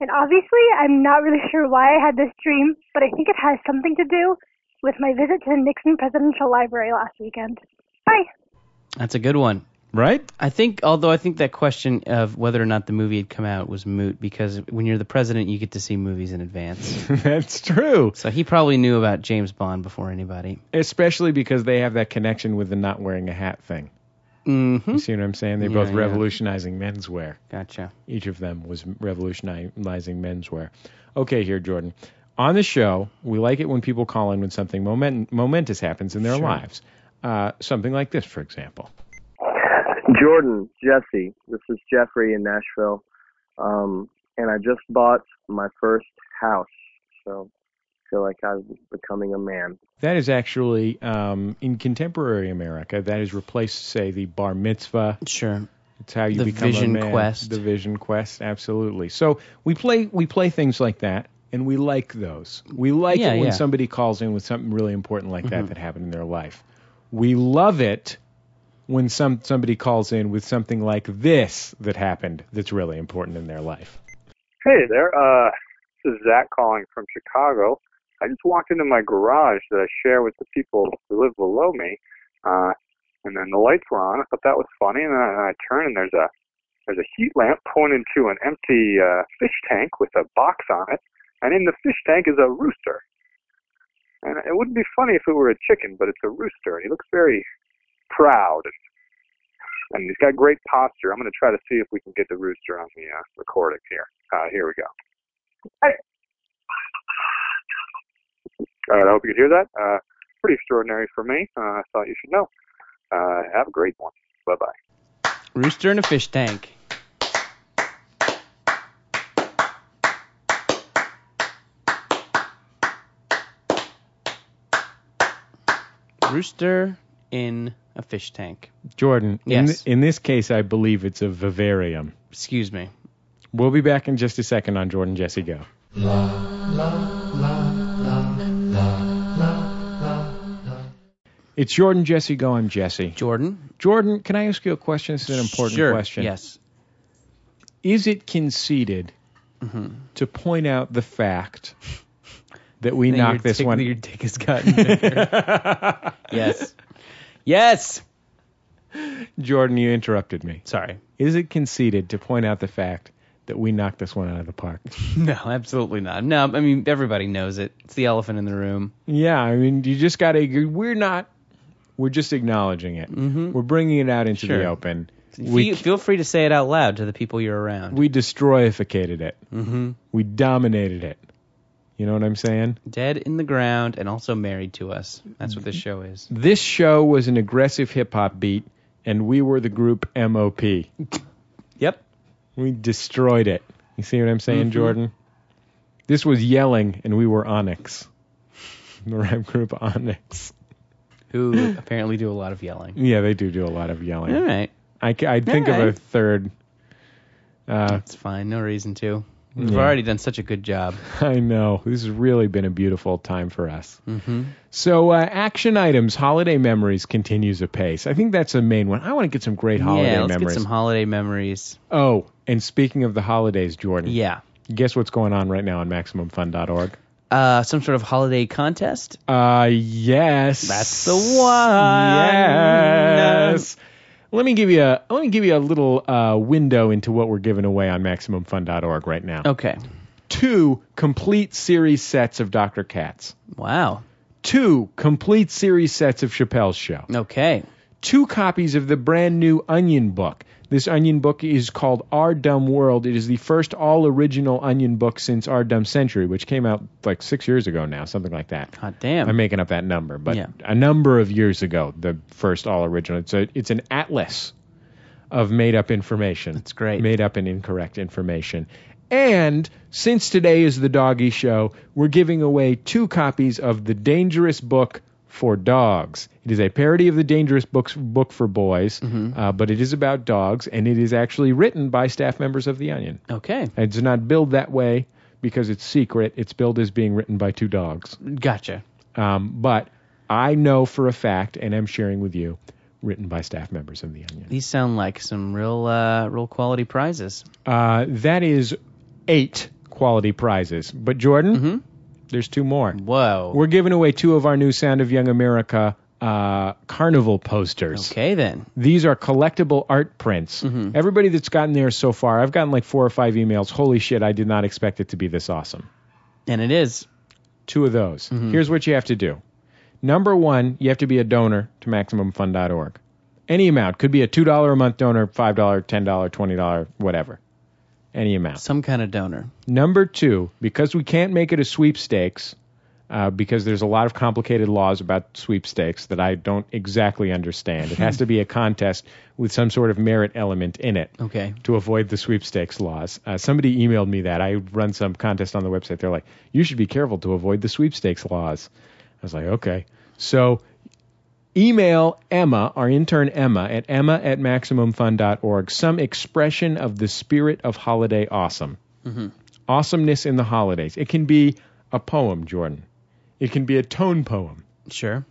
Speaker 7: And obviously, I'm not really sure why I had this dream, but I think it has something to do with my visit to the Nixon Presidential Library last weekend. Bye.
Speaker 2: That's a good one.
Speaker 1: Right?
Speaker 2: I think, although I think that question of whether or not the movie had come out was moot because when you're the president, you get to see movies in advance.
Speaker 1: That's true.
Speaker 2: so he probably knew about James Bond before anybody.
Speaker 1: Especially because they have that connection with the not wearing a hat thing.
Speaker 2: Mm-hmm.
Speaker 1: You see what I'm saying? They're
Speaker 2: Yeah,
Speaker 1: both
Speaker 2: yeah.
Speaker 1: revolutionizing menswear.
Speaker 2: Gotcha.
Speaker 1: Each of them was revolutionizing menswear. Okay, here, Jordan. On the show, we like it when people call in when something moment- momentous happens in their lives. Uh, something like this, for example.
Speaker 8: Jordan, Jesse, this is Jeffrey in Nashville, um, and I just bought my first house, so I feel like I'm becoming a man.
Speaker 1: That is actually um, in contemporary America. That has replaced, say, the bar mitzvah.
Speaker 2: Sure.
Speaker 1: It's how you
Speaker 2: The
Speaker 1: become
Speaker 2: vision
Speaker 1: a man.
Speaker 2: quest.
Speaker 1: The vision quest, absolutely. So we play we play things like that, and we like those. We like
Speaker 2: Yeah,
Speaker 1: it when
Speaker 2: yeah. Mm-hmm.
Speaker 1: somebody calls in with something really important like that that happened in their life. We love it when some somebody calls in with something like this that happened that's really important in their life.
Speaker 5: Hey there, uh, this is Zach calling from Chicago. I just walked into my garage that I share with the people who live below me, uh, and then the lights were on. I thought that was funny, and then I, I turn and there's a there's a heat lamp pointing to an empty uh, fish tank with a box on it, and in the fish tank is a rooster. And it wouldn't be funny if it were a chicken, but it's a rooster, and he looks very proud. And he's got great posture. I'm going to try to see if we can get the rooster on the uh, recording here. Uh, here we go. All right, I hope you could hear that. Uh, pretty extraordinary for me. Uh, I thought you should know. Uh, have a great one. Bye bye.
Speaker 2: Rooster in a fish tank. Rooster in a fish tank.
Speaker 1: Jordan, in,
Speaker 2: Yes.
Speaker 1: th- in this case, I believe it's a vivarium.
Speaker 2: Excuse me.
Speaker 1: We'll be back in just a second on Jordan Jesse Go. It's Jordan Jesse Go. I'm Jesse.
Speaker 2: Jordan?
Speaker 1: Jordan, can I ask you a question? This is an important
Speaker 2: Sure,
Speaker 1: question.
Speaker 2: Yes.
Speaker 1: Is it conceded to point out the fact that we
Speaker 2: Then your
Speaker 1: knocked this
Speaker 2: dick-
Speaker 1: one?
Speaker 2: Your dick has gotten bigger. yes. Yes.
Speaker 1: Jordan, you interrupted me.
Speaker 2: Sorry.
Speaker 1: Is it conceded to point out the fact that we knocked this one out of the park?
Speaker 2: No, absolutely not. No, I mean everybody knows it. It's the elephant in the room.
Speaker 1: Yeah, I mean, you just got to. We're not. We're just acknowledging it.
Speaker 2: Mhm.
Speaker 1: We're bringing it out into the
Speaker 2: Sure.
Speaker 1: open.
Speaker 2: feel,
Speaker 1: We
Speaker 2: feel free to say it out loud to the people you're around.
Speaker 1: we destroyificated it.
Speaker 2: mm-hmm.
Speaker 1: We dominated it. You know what I'm saying?
Speaker 2: Dead in the ground and also married to us. That's what this show is.
Speaker 1: This show was an aggressive hip hop beat, and we were the group MOP.
Speaker 2: Yep. Mm-hmm.
Speaker 1: We destroyed it. You see what I'm saying, Jordan? This was yelling, and we were Onyx. The rap group Onyx.
Speaker 2: Who apparently do a lot of yelling.
Speaker 1: Yeah, they do do a lot of yelling.
Speaker 2: All right.
Speaker 1: I, ca- I'd think of a
Speaker 2: Alright.
Speaker 1: third. Uh,
Speaker 2: It's fine. No reason to. We've
Speaker 1: Yeah.
Speaker 2: already done such a good job.
Speaker 1: I know. This has really been a beautiful time for us.
Speaker 2: Mm-hmm.
Speaker 1: So, uh, action items, holiday memories continues apace. I think that's the main one. I want to get some great holiday
Speaker 2: yeah, let's
Speaker 1: memories.
Speaker 2: get some holiday memories.
Speaker 1: oh, and speaking of the holidays, Jordan,
Speaker 2: Yeah.
Speaker 1: guess what's going on right now on MaximumFun.org?
Speaker 2: Uh, some sort of holiday contest.
Speaker 1: Uh, yes.
Speaker 2: That's the one.
Speaker 1: Yes. Let me give you a let me give you a little uh, window into what we're giving away on MaximumFun.org right now.
Speaker 2: Okay.
Speaker 1: Two complete series sets of Dr. Katz.
Speaker 2: Wow.
Speaker 1: two complete series sets of Chappelle's show,
Speaker 2: Okay.
Speaker 1: two copies of the brand new Onion book. This Onion book is called Our Dumb World. It is the first all original Onion book since Our Dumb Century, which came out like six years ago now, something like that.
Speaker 2: God damn.
Speaker 1: I'm making up that number, but
Speaker 2: Yeah.
Speaker 1: a number of years ago, the first all original. It's a, it's an atlas of made up information.
Speaker 2: That's great.
Speaker 1: Made up and incorrect information. And since today is the doggy show, we're giving away two copies of the Dangerous Book for Dogs. It is a parody of the Dangerous Books book for boys,
Speaker 2: Mm-hmm.
Speaker 1: uh, but it is about dogs, and it is actually written by staff members of The Onion.
Speaker 2: okay.
Speaker 1: It's not billed that way because it's secret. It's billed as being written by two dogs.
Speaker 2: Gotcha.
Speaker 1: Um, but I know for a fact, and I'm sharing with you, written by staff members of The Onion.
Speaker 2: These sound like some real, uh, real quality prizes.
Speaker 1: Uh, that is eight quality prizes. But Jordan,
Speaker 2: Mhm.
Speaker 1: there's two more.
Speaker 2: Whoa.
Speaker 1: We're giving away two of our new Sound of Young America uh, carnival posters.
Speaker 2: okay then.
Speaker 1: These are collectible art prints. Everybody that's gotten there so far, I've gotten like four or five emails. Holy shit, I did not expect it to be this awesome.
Speaker 2: And it is.
Speaker 1: Two of those. Here's what you have to do. Number one, you have to be a donor to MaximumFun.org. Any amount. Could be a $2 a month donor, $5, $10, $20, whatever. Any amount.
Speaker 2: Some kind of donor.
Speaker 1: Number two, because we can't make it a sweepstakes, uh, because there's a lot of complicated laws about sweepstakes that I don't exactly understand. It has to be a contest with some sort of merit element in it
Speaker 2: Okay.
Speaker 1: to avoid the sweepstakes laws. Uh, somebody emailed me that. I run some contest on the website. They're like, you should be careful to avoid the sweepstakes laws. I was like, okay. So email Emma, our intern Emma, at emma at maximumfun.org, some expression of the spirit of holiday awesome.
Speaker 2: Mhm.
Speaker 1: Awesomeness in the holidays. It can be a poem, Jordan. It can be a tone poem.
Speaker 2: Sure.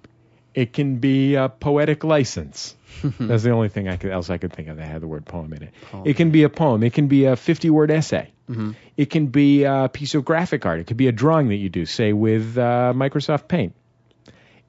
Speaker 1: It can be a poetic license. That's the only thing I could, else I could think of that had the word poem in it. It can be a poem. It can be a 50 word essay.
Speaker 2: Mhm.
Speaker 1: It can be a piece of graphic art. It could be a drawing that you do, say, with uh, Microsoft Paint.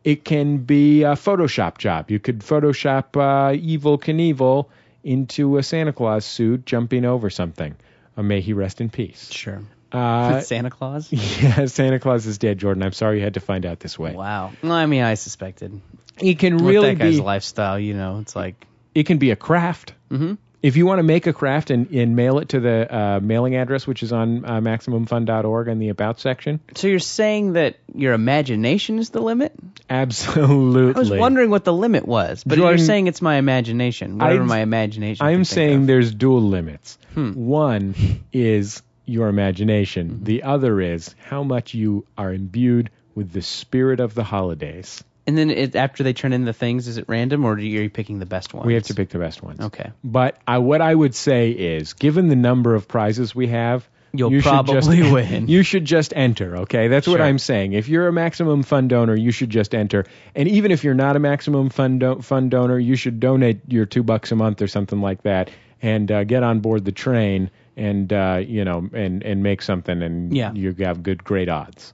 Speaker 1: It can be a Photoshop job. You could Photoshop uh, Evil Knievel into a Santa Claus suit jumping over something. Uh, may he rest in peace.
Speaker 2: Sure.
Speaker 1: Uh,
Speaker 2: Santa Claus?
Speaker 1: yeah, Santa Claus is dead, Jordan. I'm sorry you had to find out this way.
Speaker 2: Wow. Well, I mean, I suspected.
Speaker 1: It can
Speaker 2: With
Speaker 1: really
Speaker 2: that guy's
Speaker 1: be.
Speaker 2: lifestyle, you know, it's like,
Speaker 1: It can be a craft.
Speaker 2: mm-hmm.
Speaker 1: if you want to make a craft and, and mail it to the uh, mailing address, which is on uh, maximumfun.org in the About section,
Speaker 2: So you're saying that your imagination is the limit?
Speaker 1: absolutely.
Speaker 2: I was wondering what the limit was, but
Speaker 1: Jordan-
Speaker 2: you're saying it's my imagination, whatever
Speaker 1: I'd-
Speaker 2: my imagination.
Speaker 1: I'm
Speaker 2: can think
Speaker 1: saying
Speaker 2: of.
Speaker 1: there's dual limits.
Speaker 2: Hmm.
Speaker 1: One is your imagination. The other is how much you are imbued with the spirit of the holidays.
Speaker 2: And then it, after they turn in the things, is it random or are you picking the best ones?
Speaker 1: We have to pick the best ones.
Speaker 2: Okay.
Speaker 1: But I, what I would say is, given the number of prizes we have,
Speaker 2: You'll
Speaker 1: you should
Speaker 2: probably
Speaker 1: just,
Speaker 2: win.
Speaker 1: You should just enter, okay? That's what
Speaker 2: Sure.
Speaker 1: I'm saying. If you're a maximum fund donor, you should just enter. And even if you're not a maximum fund do- fund donor, you should donate your two bucks a month or something like that, and uh, get on board the train and uh, you know and and make something, and
Speaker 2: Yeah.
Speaker 1: you have good great odds.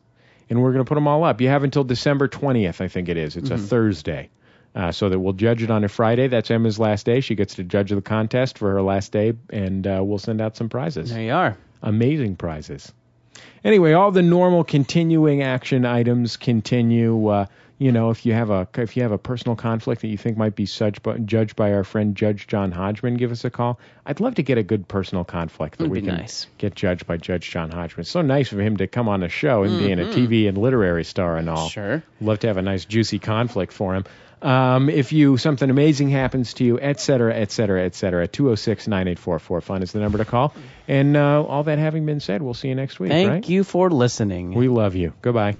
Speaker 1: And we're going to put them all up. You have until December 20th, I think it is. It's a Thursday uh, so that we'll judge it on a Friday. That's Emma's last day. She gets to judge the contest for her last day, and uh, we'll send out some prizes.
Speaker 2: There you are.
Speaker 1: Amazing prizes. Anyway, all the normal continuing action items continue. Uh, you know, if you have a if you have a personal conflict that you think might be such, but judged by our friend Judge John Hodgman, give us a call. I'd love to get a good personal conflict that
Speaker 2: That'd
Speaker 1: we
Speaker 2: be
Speaker 1: can
Speaker 2: nice.
Speaker 1: get judged by Judge John Hodgman. It's so nice of him to come on the show and being a TV and literary star and all.
Speaker 2: Mm-hmm. Sure.
Speaker 1: Love to have a nice juicy conflict for him. Um, if you something amazing happens to you, et cetera, et cetera, et cetera, 206-9844-FUN is the number to call. And uh, all that having been said, we'll see you next week,
Speaker 2: Thank
Speaker 1: right?
Speaker 2: you for listening.
Speaker 1: We love you. Goodbye.